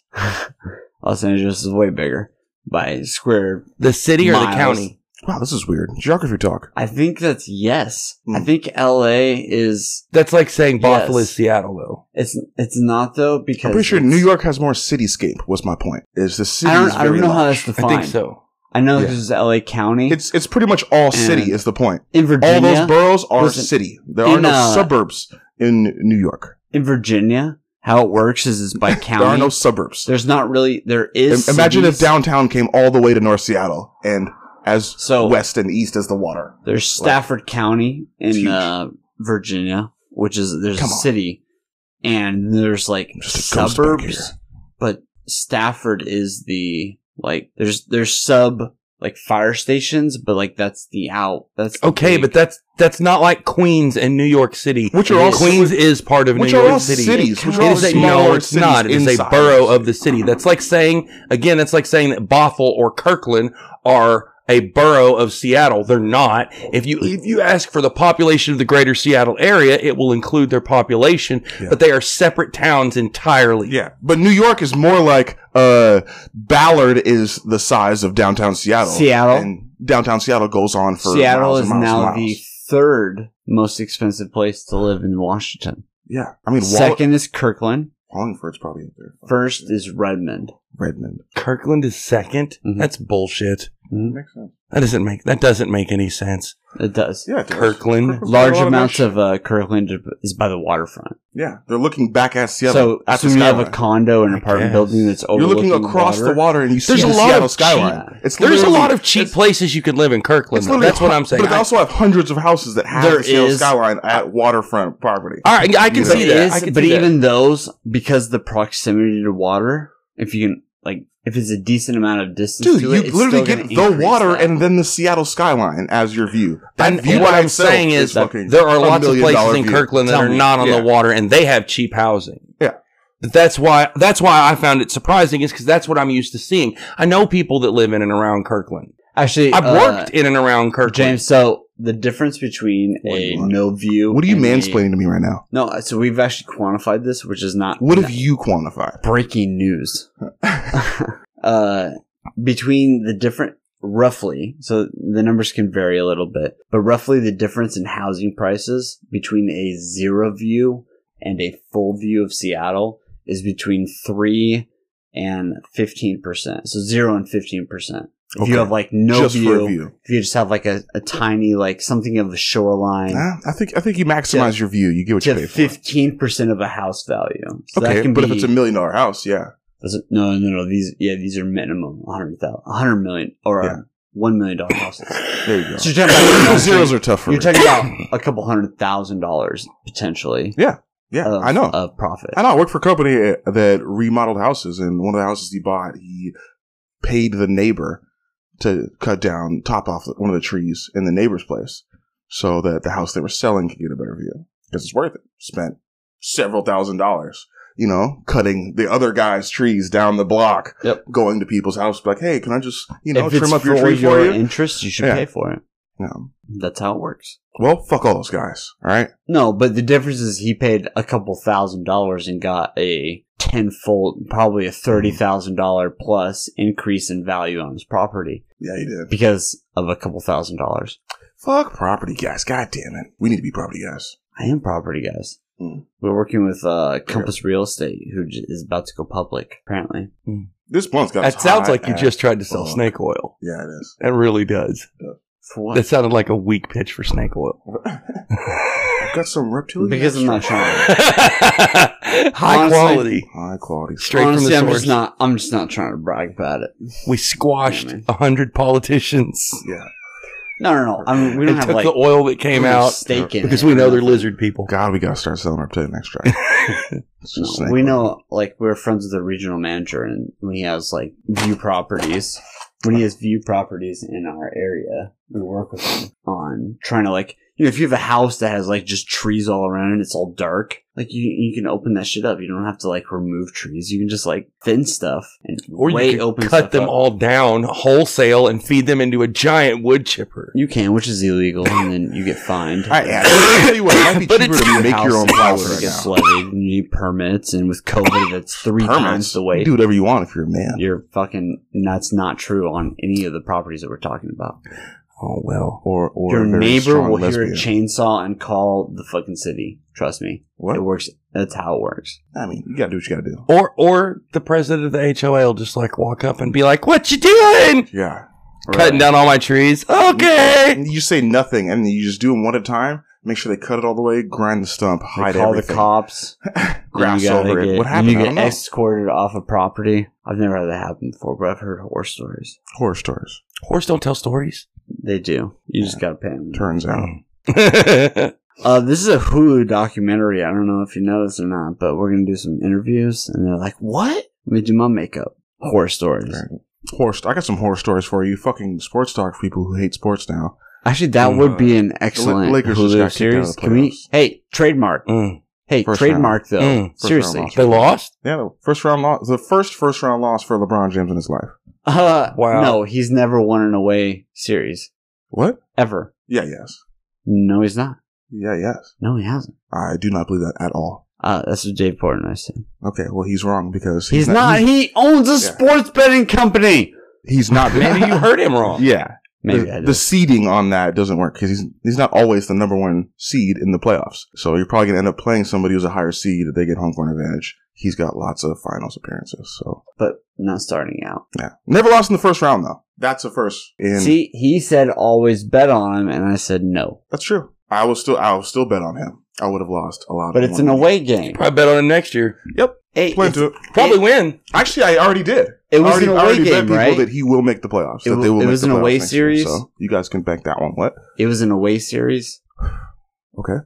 S3: Los Angeles is way bigger by square.
S5: The city or the
S3: Miles.
S5: county?
S1: Wow. This is weird. Geography talk.
S3: I think that's yes. I
S1: Hmm.
S3: think LA is
S5: That's like saying Bothell
S3: Yes.
S5: is Seattle, though.
S3: it's it's not though because
S1: I'm pretty sure
S3: it's-
S1: New York has more cityscape. Was my point? Is the city?
S3: I don't
S1: is
S3: I don't
S1: very
S3: know how
S1: large.
S3: that's defined.
S5: I think so.
S3: I know
S1: Yeah.
S3: this is LA County.
S1: It's it's pretty much all city.
S3: And-
S1: Is the point?
S3: in Virginia.
S1: All those boroughs are
S3: Listen,
S1: city. There are
S3: in,
S1: no
S3: uh,
S1: suburbs in New York.
S3: in Virginia, how it works is it's by county.
S1: There are no suburbs.
S3: There's not really there is
S1: Im- imagine if
S3: cities.
S1: downtown came all the way to North Seattle and as
S3: So-
S1: west and east as the water.
S3: There's Stafford County
S1: It's
S3: in
S1: huge.
S3: uh, Virginia, which is there's
S1: Come
S3: a
S1: on.
S3: city, and there's like
S1: Just a ghost back
S3: suburbs, but Stafford is the like there's there's sub like fire stations, but like that's the out. That's
S1: Oh,
S3: the
S5: Okay,
S3: big-
S5: but that's that's not like Queens and New York City.
S1: Which are all
S5: Queens is part of
S1: Which
S5: New
S1: are
S5: York
S1: all
S5: City.
S1: cities. Which are
S5: It
S1: all
S5: is a,
S1: smaller
S5: no, it's
S1: cities
S5: not. It is a
S1: inside.
S5: borough of the city. That's like saying again. That's like saying that Bothell or Kirkland are a borough of Seattle. They're not. If you if you ask for the population of the greater Seattle area, it will include their population,
S1: Yeah.
S5: but they are separate towns entirely.
S1: Yeah, but New York is more like uh, Ballard is the size of downtown Seattle.
S3: Seattle.
S1: and downtown Seattle goes on for
S3: Seattle
S1: miles and miles
S3: is
S1: and
S3: now
S1: miles.
S3: the third most expensive place to live in Washington.
S1: yeah. I mean, Wall-
S3: Second is Kirkland.
S1: Wallingford's probably up there.
S3: First is Redmond.
S1: Redmond.
S5: Kirkland is 2nd
S3: Mhm.
S5: That's bullshit.
S1: Makes sense.
S5: That doesn't make that doesn't make any sense.
S3: It does.
S1: Yeah, it does.
S5: Kirkland.
S1: Kirkland's got a
S3: Large
S1: lot
S3: amounts
S1: action.
S3: of uh, Kirkland is by the waterfront.
S1: yeah. They're looking back at Seattle.
S3: So,
S1: at
S3: so
S1: the
S3: you have a
S1: skyline.
S3: condo and
S5: I
S3: apartment
S5: guess.
S3: building that's
S1: You're
S3: overlooking
S1: looking across the water and you see
S5: There's
S1: the
S5: a lot of
S1: Seattle
S5: cheap-
S1: skyline. it's
S5: There's a
S1: literally-
S5: lot of cheap places you could live in Kirkland.
S1: it's
S5: though.
S1: literally
S5: That's what
S1: hu-
S5: I'm saying.
S1: But they
S5: I-
S1: also have hundreds of houses that have
S3: There
S1: the Seattle
S3: is-
S1: skyline at waterfront property.
S5: all right, I can
S1: But
S5: see
S1: it
S5: that.
S3: is,
S5: I can
S3: but
S5: see that.
S3: even those, because the proximity to water, if you can, like, if it's a decent amount of distance,
S1: Dude,
S3: to
S1: you
S3: it, it's
S1: literally
S3: still gonna
S1: get the
S3: increase
S1: water
S3: that.
S1: and then the Seattle skyline as your view. That
S5: And
S1: view
S5: what
S1: by
S5: I'm
S1: itself
S5: saying is
S3: that
S1: fucking
S5: there are
S1: a
S5: lots of
S1: million
S5: places
S1: dollar
S5: in
S1: view.
S5: Kirkland that
S3: Tell
S5: are
S3: me.
S5: not on
S1: Yeah.
S5: the water, and they have cheap housing.
S1: Yeah.
S5: But that's why that's why I found it surprising is because that's what I'm used to seeing. I know people that live in and around Kirkland.
S3: Actually,
S5: I've
S3: uh,
S5: worked in and around Kirkland.
S3: James, so the difference between
S1: What do
S3: a
S1: you want?
S3: no view.
S1: What are you
S3: and a-
S1: mansplaining to me right now?
S3: no, so we've actually quantified this, which is not.
S1: What
S3: not
S1: have you quantified?
S3: breaking news? uh, between the different. Roughly, so the numbers can vary a little bit, but roughly the difference in housing prices between a zero view and a full view of Seattle is between three and fifteen percent. So zero and fifteen percent. If
S1: Okay.
S3: you have like no
S1: Just
S3: view,
S1: for a view.
S3: if you just have like a, a tiny like something of a shoreline
S1: Nah, I think I think you maximize your view. You get what you
S3: to
S1: pay for.
S3: fifteen percent of a house value. So that
S1: okay,
S3: can
S1: but
S3: be,
S1: if it's a million dollar house, yeah,
S3: Does it- no, no, no. These, yeah, these are minimum 100,000, 100 million or uh,
S1: Yeah.
S3: $1 million dollar houses.
S1: there you go.
S3: So you're talking about,
S1: Zeros are tough for
S3: you're
S1: me.
S3: talking about a couple hundred thousand dollars potentially.
S1: Yeah,
S3: of,
S1: I know.
S3: Of profit.
S1: I know. I work for a company uh, that remodeled houses, and one of the houses he bought, he paid the neighbor to cut down top off one of the trees in the neighbor's place, so that the house they were selling could get a better view because it's worth it. Spent several thousand dollars, you know, cutting the other guy's trees down the block,
S3: Yep.
S1: going to people's house, like, hey, can I just you know
S3: if it's
S1: trim up
S3: for
S1: your tree for
S3: your
S1: you?
S3: interest, you should
S1: Yeah.
S3: pay for it.
S1: No.
S3: That's how it works.
S1: Well, fuck all those guys. All right.
S3: No, but the difference is he paid a couple thousand dollars and got a tenfold, probably a thirty
S1: Mm.
S3: thousand dollar plus increase in value on his property
S1: Yeah, you did.
S3: because of a couple thousand dollars.
S1: Fuck property guys. God damn it. We need to be property guys.
S3: I am property guys.
S1: Mm.
S3: We're working with uh, Compass Real Estate, who j- is about to go public, apparently.
S5: Mm.
S1: This blunt's got.
S5: That
S1: us
S5: sounds
S1: high
S5: like you
S1: as
S5: just tried to sell
S1: fuck.
S5: snake oil.
S1: Yeah, it is.
S5: It really does.
S3: For what?
S5: That sounded like a weak pitch for snake oil.
S1: I've got some reptilian.
S3: because I'm not trying.
S5: High
S3: Honestly-
S5: quality,
S1: high quality.
S5: straight
S3: Honestly,
S5: from
S3: I'm
S5: the
S3: just
S5: source.
S3: not. I'm just not trying to brag about it.
S5: we squashed
S3: Yeah, man.
S5: a hundred politicians.
S1: Yeah,
S3: No, no, no. I mean, we
S5: We
S3: don't
S5: and
S3: have
S5: took
S3: like
S5: the oil that came
S3: really
S5: out
S3: stake in
S5: because
S3: it
S5: we
S3: or
S5: know they're
S3: nothing.
S5: lizard people.
S1: God, we gotta start selling reptilian extract. It's
S3: No,
S1: just snake
S3: we
S1: oil.
S3: know, like, we're friends with the regional manager, and when he has like view properties, when he has view properties in our area, we work with him on trying to like, you know, if you have a house that has like just trees all around and it's all dark, like you you can open that shit up. You don't have to like remove trees. You can just like thin stuff and
S5: Or
S3: way
S5: you
S3: open
S5: could
S3: stuff
S5: cut them
S3: up.
S5: all down wholesale and feed them into a giant wood chipper.
S3: You can, which is illegal, and then you get fined.
S1: I, I I tell you what, it might be
S5: But
S1: cheaper
S5: it's
S1: to make your own plywood
S3: It
S1: right
S3: gets
S1: now.
S3: levied. and You need permits, and with COVID, that's three times
S1: Permits.
S3: the
S1: You
S3: weight.
S1: do whatever you want if you're a man.
S3: You're fucking. and That's not true on any of the properties that we're talking about.
S5: Oh well.
S1: Or or
S3: Your
S1: a very
S3: neighbor
S1: strong
S3: will hear
S1: lesbian.
S3: a chainsaw and call the fucking city. Trust me,
S1: what?
S3: it works. That's how it works.
S1: I mean, you gotta do what you gotta do.
S5: Or or the president of the HOA will just like walk up and be like, "What you doing?
S1: Yeah.
S5: Cutting down all my trees? Okay."
S1: And you say nothing, and you just do them one at a time. Make sure they cut it all the way, grind the stump, hide
S3: they call
S1: everything.
S3: the cops.
S1: Grass
S3: you gotta
S1: over it.
S3: get-
S1: What
S3: and
S1: happened?
S3: You
S1: I
S3: get
S1: don't know.
S3: escorted off a property. I've never had that happen before, but I've heard horror stories.
S1: Horror stories.
S5: Horse don't tell stories.
S3: They do. You just gotta pay them.
S1: Turns out.
S3: Uh, this is a Hulu documentary. I don't know if you know this or not, but we're gonna do some interviews, and they're like, "What? Let me do my makeup." Horror stories.
S1: Right. Horror. St- I got some horror stories for you. Fucking sports talk for people who hate sports now.
S3: Actually, that
S5: Mm,
S3: would be an excellent
S1: Lakers just got
S3: Hulu
S1: kicked out of
S3: series.
S1: the
S3: Can we?
S1: playoffs.
S3: Hey, trademark.
S5: Mm.
S3: Hey,
S1: First
S3: trademark though.
S5: Mm,
S1: first
S3: Seriously.
S1: round
S5: They lost.
S1: Yeah, the first round loss. The first first round loss for LeBron James in his life.
S3: Uh,
S5: Wow.
S3: No, he's never won an away series
S1: What?
S3: ever.
S1: Yeah. Yes.
S3: No, he's not.
S1: Yeah. Yes.
S3: No, he hasn't.
S1: I do not believe that at all.
S3: Uh, that's what Dave Portnoy said.
S1: Okay. Well, he's wrong because
S3: He's, not. he owns a
S1: Yeah.
S3: sports betting company.
S1: He's, he's not.
S5: Maybe you heard him wrong.
S1: Yeah.
S3: Maybe
S1: the,
S3: I
S1: the
S3: did.
S1: seeding on that doesn't work because he's he's not always the number one seed in the playoffs. So you're probably gonna end up playing somebody who's a higher seed. If they get home court advantage, he's got lots of finals appearances. So
S3: but not starting out.
S1: yeah, never lost in the first round though. That's a first. And
S3: See, he said always bet on him, and I said no.
S1: that's true. I will still I will still bet on him. I would have lost a lot.
S3: But
S1: of
S3: it's an away game.
S5: Probably bet on him next year.
S3: Hey,
S1: Went
S3: it's-
S1: to it.
S5: Probably win.
S1: Actually, I already did.
S3: it was
S1: already,
S3: an
S1: I
S3: away
S1: already bet
S3: game,
S1: people
S3: right?
S1: that he will make the playoffs.
S3: It
S1: that they
S3: w-
S1: will
S3: it
S1: make
S3: was
S1: the
S3: an away
S1: playoffs next year.
S3: series?
S1: so you guys can bank that one. What?
S3: it was an away series,
S1: Okay.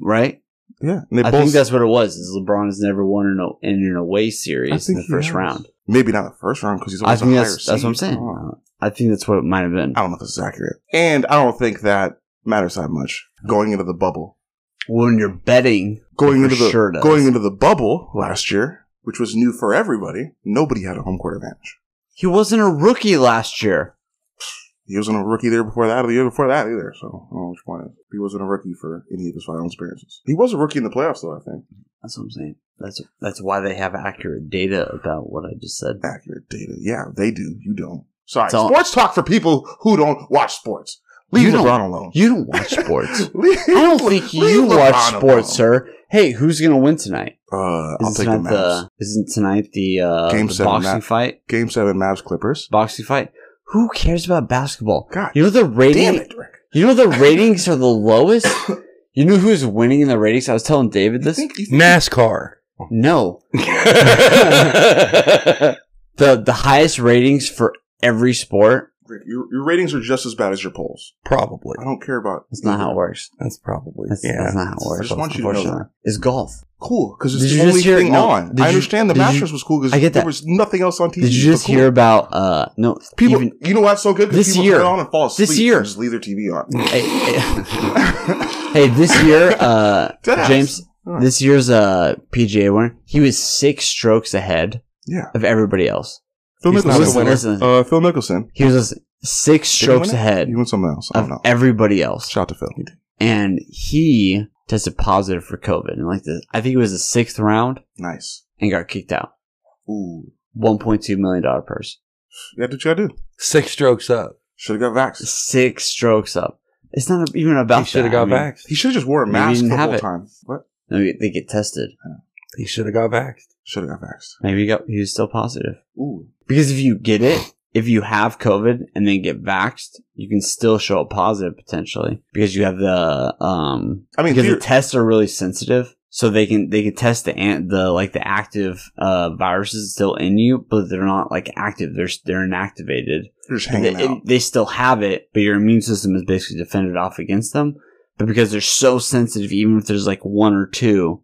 S3: right?
S1: Yeah. And they
S3: I
S1: both
S3: think that's what it was. Is LeBron has never won in, a, in an away
S1: I
S3: series in
S1: think
S3: the
S1: he
S3: first
S1: has.
S3: round.
S1: maybe not the first round because he's
S3: I
S1: always
S3: think
S1: a higher
S3: that's that's what I'm
S1: seed.
S3: saying.
S1: Oh.
S3: I think that's what it might have been.
S1: I don't know if this is accurate. And I don't think that matters that much. Going into the bubble.
S3: When you're betting,
S1: Going
S3: For
S1: into the
S3: sure does.
S1: going into the bubble last year, which was new for everybody, nobody had a home court advantage.
S3: he wasn't a rookie last year.
S1: He wasn't a rookie there before that or the year before that either, so I don't know which point. it is. He wasn't a rookie for any of his final experiences. He was a rookie in the playoffs though, I think.
S3: That's what I'm saying. That's that's why they have accurate data about what I just said.
S1: Accurate data. Yeah, they do. You don't. Sorry.
S3: Don't-
S1: Sports talk for people who don't watch sports. Leave
S3: You don't-
S1: LeBron alone.
S3: You don't watch sports.
S1: Leave-
S3: I don't think
S1: leave
S3: you watch
S1: LeBron
S3: sports,
S1: alone.
S3: sir. Hey, who's gonna win tonight?
S1: Uh, I'll
S3: Isn't
S1: take the Mavs.
S3: tonight the, isn't tonight the, uh,
S1: Game
S3: the
S1: seven,
S3: boxing
S1: Matt.
S3: fight?
S1: Game seven Mavs Clippers.
S3: Boxing fight. Who cares about basketball?
S1: God
S3: You know the rating.
S1: Rick.
S3: You know the ratings are the lowest. You know who's winning in the ratings? I was telling David this.
S5: NASCAR.
S3: No, the the highest ratings for every sport.
S1: Rick, your, your ratings are just as bad as your polls.
S5: probably.
S1: I don't care about.
S3: That's not how it works.
S5: That's probably.
S3: That's,
S5: yeah.
S3: that's not how it works.
S1: I just want you to know
S3: unfortunately. It's golf.
S1: Cool, because
S3: Did
S1: it's
S3: you
S1: the
S3: just
S1: only
S3: hear-
S1: thing
S3: no,
S1: on.
S3: did
S1: I
S3: you-
S1: understand the
S3: did you-
S1: Masters was cool because
S3: I get
S1: there
S3: that.
S1: was nothing else on TV.
S3: Did you
S1: but
S3: just
S1: cool.
S3: hear about? uh No,
S1: people?
S3: even-
S1: you know why it's so good? 'Cause
S3: This
S1: people
S3: year.
S1: turn it on and fall asleep.
S3: This year.
S1: and just leave their TV on.
S3: hey, hey- hey, this year, uh
S1: Dead ass.
S3: James,
S1: Huh.
S3: this year's uh PGA winner, he was six strokes ahead
S1: yeah,
S3: of everybody else.
S1: Phil
S5: He's not
S1: Mickelson.
S5: a winner.
S3: Listen.
S1: Uh, Phil Mickelson.
S3: He was six
S1: Did he win
S3: strokes
S1: it?
S3: ahead
S1: He went something else. I
S3: of
S1: don't know.
S3: everybody else.
S1: Shout out to Phil.
S3: and he tested positive for COVID. And like the, I think it was the sixth round
S1: Nice.
S3: and got kicked out.
S1: Ooh,
S3: One point two million dollar purse.
S1: yeah. Did you gotta do?
S5: Six strokes up.
S1: Should have got vaxxed.
S3: Six strokes up. It's not even about.
S5: He should have
S3: that. I
S5: got
S3: mean,
S5: back.
S1: He should have just wore a
S3: Maybe he
S1: mask
S3: didn't
S1: the
S3: have
S1: whole
S3: it.
S1: time. What?
S3: I mean, they get tested.
S5: He should have got vaxxed.
S1: Should have got vaxxed.
S3: Maybe he got he was still positive.
S1: Ooh.
S3: Because if you get it, if you have COVID and then get vaxxed, you can still show up positive potentially because you have the um
S1: I mean,
S3: because the
S1: theor-
S3: tests are really sensitive, so they can they can test the ant the like the active uh viruses still in you, but they're not like active. They're s- they're inactivated.
S1: you're just
S3: They,
S1: hanging out.
S3: they still have it, but your immune system is basically defended off against them. But because they're so sensitive, even if there's like one or two,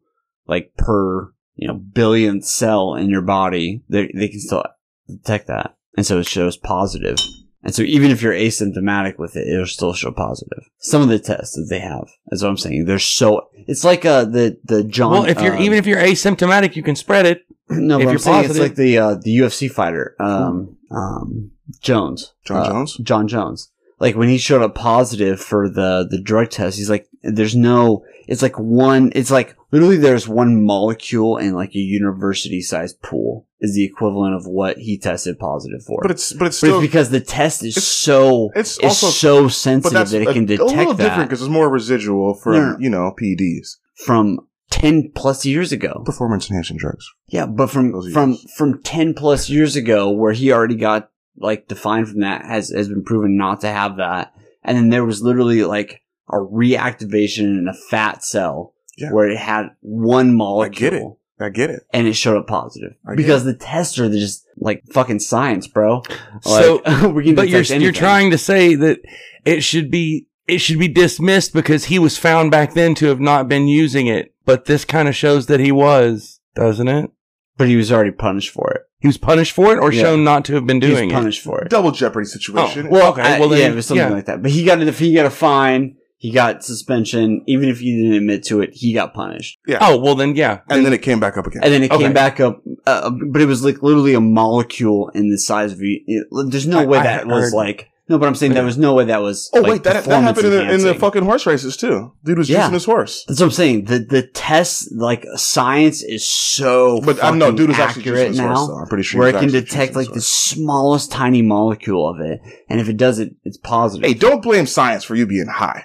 S3: like per you know billionth cell in your body, they they can still detect that, and so it shows positive. And so even if you're asymptomatic with it, it'll still show positive. Some of the tests that they have, that's what I'm saying. They're so it's like uh the the John.
S5: well, if you're
S3: uh,
S5: even if you're asymptomatic, you can spread it.
S3: no,
S5: if
S3: but I'm
S5: you're
S3: saying
S5: positive-
S3: it's like the uh, the UFC fighter um um Jones
S1: John
S3: uh,
S1: Jones?
S3: John Jones. Like when he showed up positive for the the drug test, he's like, "There's no." It's like one. It's like literally there's one molecule in like a university sized pool is the equivalent of what he tested positive for.
S1: But it's but it's
S3: But it's
S1: still
S3: because the test is
S1: it's-
S3: so
S1: it's
S3: it's,
S1: also-
S3: so
S1: but
S3: sensitive
S1: that's
S3: that it
S1: a,
S3: can
S1: a
S3: detect
S1: little
S3: that
S1: different because it's more residual from
S3: No, no, no.
S1: you know E PEDs,
S3: from ten plus years ago.
S1: performance enhancing drugs.
S3: Yeah, but
S1: Those
S3: from
S1: years.
S3: from from ten plus years ago, where he already got like defined from that has has been proven not to have that, and then there was literally like a reactivation in a fat cell
S1: Yeah.
S3: where it had one molecule.
S1: get it. I get it.
S3: And it showed up positive
S1: I get
S3: because the tests are just like fucking science, bro.
S5: So-
S3: Like, we can
S5: But you're
S3: detect anything.
S5: you're trying to say that it should be it should be dismissed because he was found back then to have not been using it. But this kind of shows that he was, doesn't it?
S3: but he was already punished for it.
S5: He was punished for it, or
S3: Yeah.
S5: shown not to have been
S3: he
S5: doing
S3: was
S5: it.
S3: punished for it.
S1: Double jeopardy situation.
S5: Oh, well, okay.
S3: I-
S5: well, then,
S3: yeah, it was something
S5: yeah.
S3: like that. But he got a, he got a fine. He got suspension. Even if he didn't admit to it, he got punished.
S5: Oh, well, then, yeah.
S1: and then it came back up again.
S3: and then it
S5: Okay.
S3: came back up, uh, but it was like literally a molecule in the size of. you- It, there's no
S5: I-
S3: way
S5: I
S3: that
S5: had
S3: was
S5: heard-
S3: like. No, but I'm saying there was no way that was.
S1: oh
S3: like,
S1: wait, that, that happened in the, in the
S3: performance-enhancing.
S1: fucking horse races too. Dude was
S3: Yeah.
S1: juicing his horse.
S3: That's what I'm saying. The the test like science is so.
S1: But I know
S3: fucking
S1: dude was actually juicing
S3: accurate
S1: his horse. Though.
S3: now,
S1: I'm pretty sure.
S3: where
S1: he
S3: it
S1: was
S3: can
S1: actually
S3: detect
S1: juicing
S3: like
S1: his
S3: the
S1: horse.
S3: smallest tiny molecule of it, and if it does it, it's positive.
S1: Hey, don't blame science for you being high.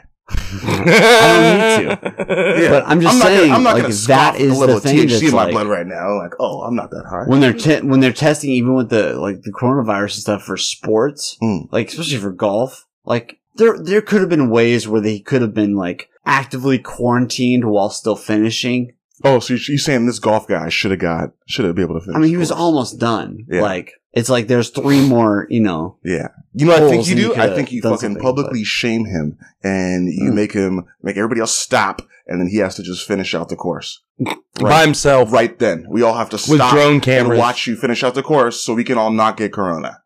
S3: I don't need to.
S1: Yeah.
S3: But I'm just
S1: not
S3: saying,
S1: gonna, I'm not
S3: like,
S1: gonna
S3: that
S1: scoff at
S3: is
S1: the
S3: the
S1: level
S3: thing
S1: of THC in
S3: that's
S1: my
S3: like-
S1: blood right now. Like, oh, I'm not that high.
S3: when they're te- when they're testing even with the like the coronavirus and stuff for sports,
S1: Mm.
S3: like especially for golf, like there there could have been ways where they could have been like actively quarantined while still finishing.
S1: oh, so you're, you're saying this golf guy should have got should have been able to finish?
S3: I mean, he was
S1: course.
S3: almost done.
S1: Yeah.
S3: Like it's like there's three more, you know.
S1: Yeah. You know, what I think
S3: holes
S1: you
S3: and you
S1: do.
S3: could
S1: I
S3: have
S1: think you
S3: done
S1: fucking
S3: something,
S1: publicly shame him, and you
S3: Mm.
S1: make him make everybody else stop, and then he has to just finish out the course
S5: By himself.
S1: right then. We all have to
S5: With
S1: stop
S5: drone
S1: and
S5: cameras.
S1: watch you finish out the course, so we can all not get corona.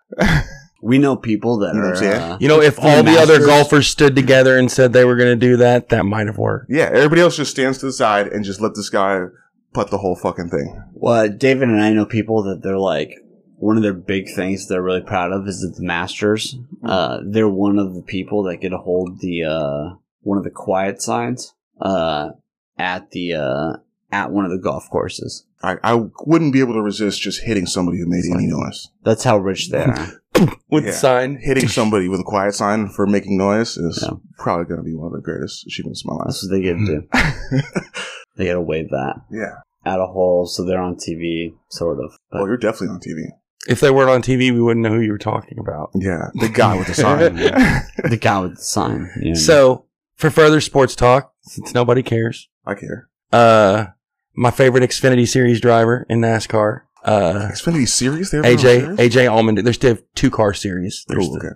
S3: We know people that
S1: You know what I'm
S3: are.
S1: saying?
S3: Uh,
S5: You know, if
S3: the
S5: all the other
S3: Masters.
S5: golfers stood together and said they were going to do that, that might have worked.
S1: Yeah, everybody else just stands to the side and just let this guy put the whole fucking thing.
S3: well, David and I know people that they're like one of their big things they're really proud of is that the Masters.
S1: Mm.
S3: Uh, they're one of the people that get to hold the uh, one of the quiet signs uh, at the uh, at one of the golf courses.
S1: I, I wouldn't be able to resist just hitting somebody who made any noise.
S3: That's how rich they are.
S5: With
S1: Yeah.
S5: the sign.
S1: Hitting somebody with a quiet sign for making noise is
S3: Yeah.
S1: probably going to be one of the greatest achievements of my life.
S3: That's what they get to do. They get to wave that
S1: yeah.
S3: at a hole, so they're on TV, sort of.
S1: Well,
S3: But
S1: you're definitely on TV.
S5: If they weren't on TV, we wouldn't know who you were talking about.
S1: Yeah. The guy with the sign.
S3: the guy with the sign. you know.
S5: So, for further sports talk, since nobody cares,
S1: I care.
S5: uh, my favorite Xfinity Series driver in NASCAR, uh,
S1: Xfinity series there.
S5: AJ AJ Allmendinger. There's they have two car series. There's
S1: Cool,
S5: the-
S1: okay.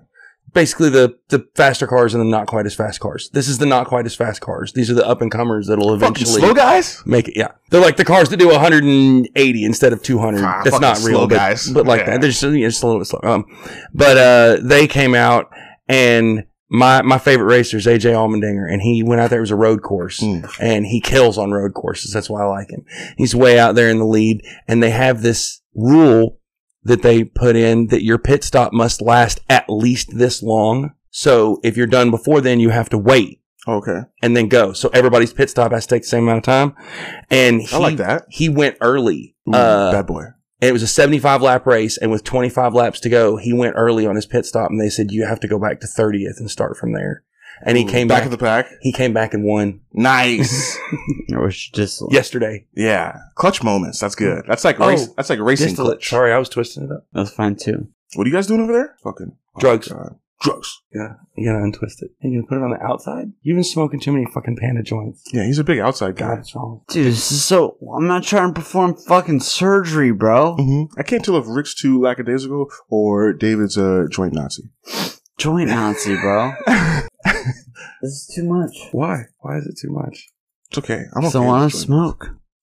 S5: basically the the faster cars and the not quite as fast cars. This is the not quite as fast cars. These are the up and comers that'll
S1: Fucking
S5: eventually
S1: slow guys.
S5: make it. Yeah, they're like the cars that do 180 instead of 200.
S1: Ah,
S5: That's
S1: fucking
S5: not real,
S1: slow
S5: but,
S1: guys.
S5: but like
S1: Yeah.
S5: that, they're just, yeah, just a little bit slow. Um, but uh, they came out and my my favorite racer is AJ Allmendinger, and he went out there. It was a road course,
S1: Mm.
S5: and he kills on road courses. That's why I like him. He's way out there in the lead, and they have this rule that they put in that your pit stop must last at least this long. So if you're done before then, you have to wait
S1: Oh, Okay.
S5: and then go. So everybody's pit stop has to take the same amount of time. And he,
S1: I like that.
S5: He went early.
S1: Ooh,
S5: uh,
S1: bad boy.
S5: and it was a 75 lap race. And with 25 laps to go, he went early on his pit stop. And they said, you have to go back to 30th and start from there. and he came
S1: back,
S5: back.
S1: of the pack.
S5: he came back and won
S1: Nice.
S3: It was just like,
S5: yesterday.
S1: yeah. Clutch moments. That's good. That's like
S5: Oh.
S1: race. That's like racing
S5: Just a-
S1: clutch.
S5: Sorry, I was twisting it up.
S3: that's fine too.
S1: What are you guys doing over there? Fucking oh,
S5: Drugs.
S1: God. Drugs.
S5: Yeah, you gotta untwist it. You gonna put it on the outside? You've been smoking too many fucking panda joints.
S1: Yeah, he's a big outside
S5: God,
S1: guy.
S5: what's wrong?
S3: Dude, this is so. I'm not trying to perform fucking surgery, bro.
S1: hmm I can't tell if Rick's too lackadaisical or David's a joint Nazi.
S3: Joint Nazi, bro. this is too much.
S5: Why? Why is it too much?
S1: It's okay. I'm okay.
S3: so I
S1: with
S3: want to
S1: joint
S3: smoke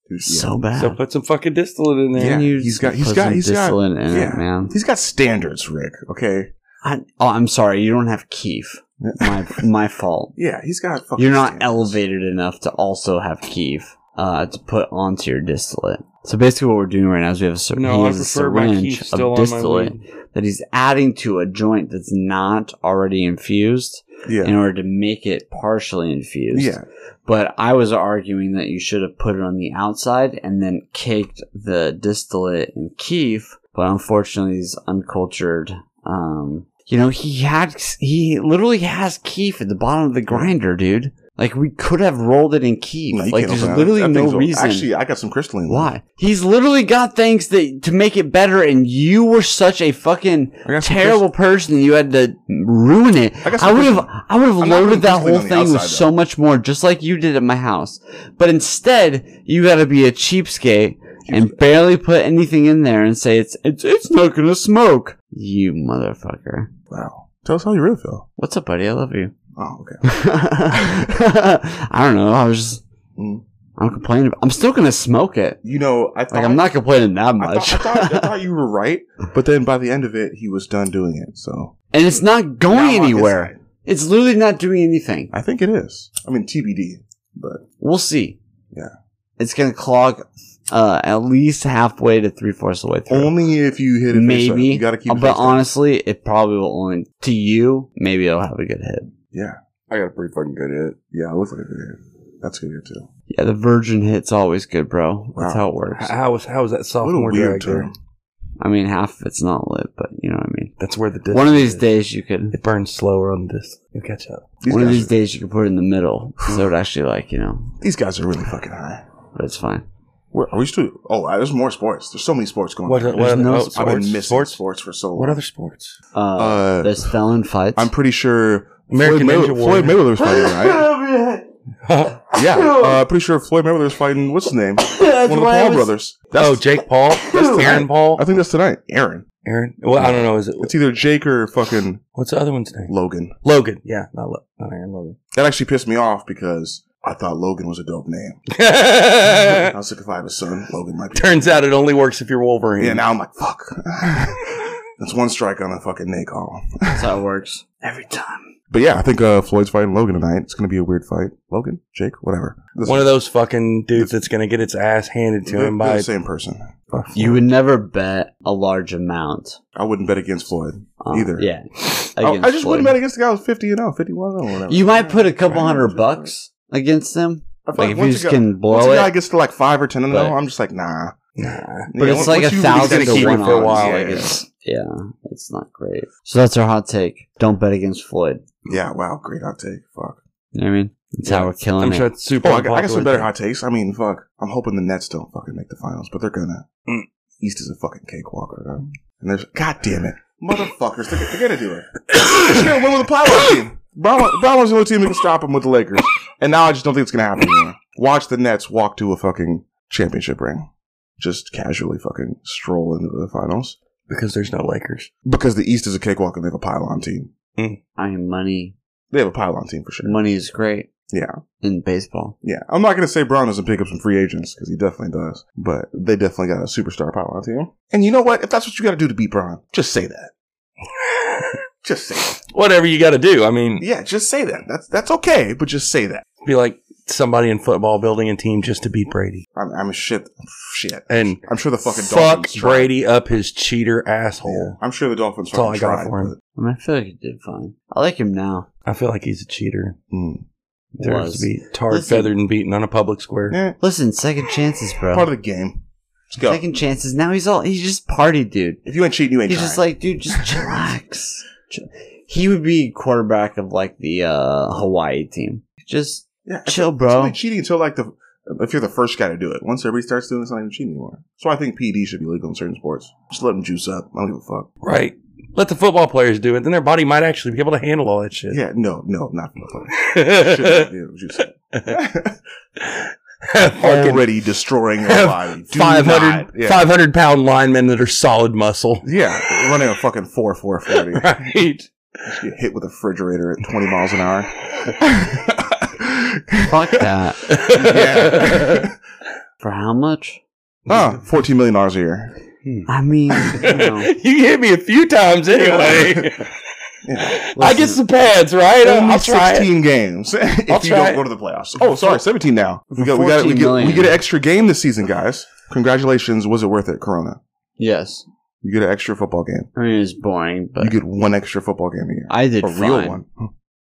S1: Dude, yeah.
S3: so bad.
S5: So put some fucking distillate in there.
S1: Yeah.
S3: And you
S1: he's got- he's
S3: put
S1: got-
S3: some
S1: he's got-
S3: distillate in
S1: yeah.
S3: it, man.
S1: He's got standards, Rick. Okay.
S3: I, oh, I'm sorry. You don't have Keef. My my fault.
S1: Yeah, he's got. Fucking
S3: You're not
S1: standards.
S3: elevated enough to also have Keef uh, to put onto your distillate. So basically, what we're doing right now is we have a, cer-
S5: No,
S3: he
S5: I
S3: has a
S5: prefer my
S3: syringe
S5: Keef still
S3: of
S5: on my
S3: distillate that he's adding to a joint that's not already infused
S1: Yeah.
S3: in order to make it partially infused.
S1: yeah.
S3: But I was arguing that you should have put it on the outside and then caked the distillate in Keef. But unfortunately, he's uncultured. Um, you know, he had he literally has Keef at the bottom of the grinder, dude. Like we could have rolled it in Keef.
S1: No, you
S3: like
S1: can't
S3: there's
S1: open that.
S3: literally
S1: That
S3: no
S1: thing's old.
S3: reason.
S1: Actually, I got some crystalline.
S3: why? He's literally got things that to make it better, and you were such a fucking
S1: I got some
S3: terrible person. You had to ruin it.
S1: I got
S3: I
S1: some
S3: would have,
S1: crystalline.
S3: I would have
S1: I'm not putting
S3: loaded
S1: crystalline
S3: that whole
S1: on the
S3: thing with
S1: outside,
S3: so much more, just like you did at my house. But instead, you got to be a cheapskate and barely put anything in there and say it's it's it's not gonna smoke. You motherfucker.
S1: Wow. Tell us how you really feel.
S3: What's up, buddy? I love you.
S1: Oh, okay.
S3: I don't know. I was just.
S1: Mm.
S3: I'm complaining. About, I'm still gonna smoke it.
S1: You know, I thought,
S3: Like I'm not complaining that
S1: I
S3: much.
S1: thought, I, thought, I thought you were right, but then by the end of it, he was done doing it. So
S3: and it's not going
S1: Now I'm on his
S3: anywhere.
S1: side.
S3: It's literally not doing anything.
S1: I think it is. I mean, TBD. But
S3: We'll see.
S1: Yeah.
S3: It's gonna clog uh, at least halfway to three fourths of the way through.
S1: only if you hit it. face up.
S3: maybe.
S1: you got to keep.
S3: Uh,
S1: it
S3: but
S1: face down.
S3: honestly, it probably will only to you. Maybe it'll have a good hit.
S1: yeah, I got a pretty fucking good hit. Yeah, I look like a good hit. That's a good hit too.
S3: Yeah, the virgin hit's always good, bro.
S1: Wow.
S3: That's how it works.
S5: How was how was that
S1: What a
S5: sophomore
S1: weird
S5: drag?
S1: term.
S5: there?
S3: I mean, half of it's not lit, but you know what I mean.
S5: That's where the distillate
S3: One of these
S5: is.
S3: days you could.
S5: it burns slower on the distillate. You'll catch up.
S1: These
S3: one of
S1: guys
S3: these
S1: are-
S3: days you could put it in the middle, so it actually like you know,
S1: These guys are really fucking high.
S3: but it's fine.
S1: Where, are we still? Oh, uh, there's more sports. There's so many sports going.
S5: What,
S1: on.
S5: what other
S3: no
S5: oh,
S3: sports.
S1: I've been
S5: sports?
S1: missing sports,
S5: sports?
S1: for so long.
S5: What other sports?
S3: Uh,
S1: Uh,
S3: there's felon fights.
S1: I'm pretty sure
S5: American
S1: Floyd,
S5: Ninja
S1: Maywe- Floyd
S5: Warrior.
S1: Mayweather was fighting, right? yeah, uh, pretty sure Floyd Mayweather was fighting. What's his name? One of the
S3: why I
S1: Paul
S3: was-
S1: brothers.
S5: oh, Jake Paul, Aaron Paul,
S1: I think that's tonight. Aaron.
S5: Aaron. Well, I don't know. Is it
S1: It's either Jake or fucking
S5: what's the other one's name?
S1: Logan.
S5: Logan. Yeah, not, Lo- not Aaron Logan.
S1: That actually pissed me off because I thought Logan was a dope name. I was like, if I have a son, Logan might be.
S5: Turns out it only works if you're Wolverine.
S1: Yeah, now I'm like, fuck. that's one strike on the fucking neck call.
S3: That's how it works every time.
S1: But yeah, I think uh, Floyd's fighting Logan tonight. It's going to be a weird fight. Logan, Jake, whatever. This-
S5: One of those fucking dudes that's gonna get its ass handed to
S1: they're-
S5: him
S1: they're
S5: by
S1: the same person. Fuck.
S3: You would never bet a large amount
S1: I wouldn't bet against Floyd
S3: on-
S1: either.
S3: Uh,
S1: I, I
S3: Yeah, against
S1: just
S3: Floyd.
S1: wouldn't bet against the guy who's 50 and 0, 51 and 0, whatever.
S3: You might put a couple
S1: Right.
S3: hundred bucks against them,
S1: I feel
S3: like if you
S1: once
S3: just
S1: a guy-
S3: can
S1: Once
S3: blow
S1: a guy
S3: it.
S1: gets to like 5 or 10 and 0,
S3: But-
S1: I'm just like, nah.
S5: nah.
S1: Yeah,
S3: But it's
S1: once-
S3: like a
S1: once you-
S3: thousand
S5: gonna
S3: to
S5: keep
S3: one
S5: it for a
S3: odds.
S5: while,
S3: Like
S1: yeah.
S3: it's, yeah, it's not great. So that's our hot take. Don't bet against Floyd.
S1: Yeah, wow, great hot take. Fuck.
S3: You know what I mean? That's how we're killing
S5: I'm
S3: it.
S5: sure it's super.
S1: Oh, I got, I got some
S5: unpopular.
S1: better hot takes. I mean, fuck. I'm hoping the Nets don't fucking make the finals, but they're gonna.
S5: Mm.
S1: East is a fucking cakewalk right now. And there's, god damn it, motherfuckers, they're, they're gonna do it. They're gonna win with the Power team. Brown- Brown's the only team that can stop them with the Lakers. And now I just don't think it's gonna happen anymore. Watch the Nets walk to a fucking championship ring. Just casually fucking stroll into the finals.
S5: because there's no Lakers.
S1: Because the East is a cakewalk and they have a pylon team.
S3: I mean, money,
S1: They have a pylon team for sure.
S3: money is great.
S1: Yeah.
S3: in baseball.
S1: Yeah, I'm not going to say Brown doesn't pick up some free agents because he definitely does, but they definitely got a superstar power on team. And you know what? If that's what you got to do to beat Brown, just say that. just say that.
S5: Whatever you got to do. I mean,
S1: Yeah, just say that. That's that's okay, but just say that.
S5: be like somebody in football building a team just to beat Brady
S1: I'm, I'm shit. Shit.
S5: and
S1: I'm sure the fucking
S5: fuck
S1: Dolphins tried.
S5: Brady up his cheater
S1: Yeah,
S5: asshole.
S1: I'm sure the Dolphins.
S5: That's all
S1: fucking
S5: I got
S1: tried,
S5: for him.
S3: I mean, I feel like he did fine. I like him now.
S5: I feel like he's a cheater.
S1: but, mm.
S5: Deserves
S3: Was.
S5: to be tarred,
S3: Listen.
S5: feathered, and beaten on a public square.
S1: Eh,
S3: Listen, second chances, bro.
S1: part of the game. Let's go.
S3: Second chances. Now he's all he's just party dude.
S1: If you ain't cheating, you ain't
S3: He's
S1: trying.
S3: just like, dude, just chillax. Ch- he would be quarterback of like the uh, Hawaii team. Just
S1: Yeah, it's-
S3: chill,
S1: it's
S3: bro.
S1: only cheating until like the if you're the first guy to do it. Once everybody starts doing it, it's not even cheating anymore. So I think PD should be legal in certain sports. Just let them juice up. I don't give a fuck.
S5: Right. Let the football players do it. Then their body might actually be able to handle all that shit.
S1: Yeah, no, no, not for the fun. Should
S5: Yeah.
S1: not do it, juice up.
S5: Fucking
S1: Already destroying your body. Do
S5: 500,
S1: not- Yeah.
S5: 500 pound linemen that are solid muscle.
S1: yeah, running a fucking four four forty.
S5: Right.
S1: Get hit with a refrigerator at twenty miles an hour.
S3: Fuck that.
S1: yeah.
S3: For how much?
S1: Ah, fourteen million dollars a year.
S3: I mean, you know,
S5: you hit me a few times anyway.
S1: Yeah.
S5: I get some pads, right?
S1: Only
S5: I'll try it.
S1: sixteen games if
S5: I'll
S1: you
S5: try
S1: don't
S5: it.
S1: go to the playoffs. Oh, sorry, seventeen now. We got we got we
S3: 14
S1: get,
S3: million.
S1: we get an extra game this season, guys. Congratulations. Was it worth it, Corona?
S3: yes.
S1: You get an extra football game.
S3: I mean, it was boring, but
S1: you get one extra football game a year.
S3: I did
S1: a
S3: fine.
S1: real one.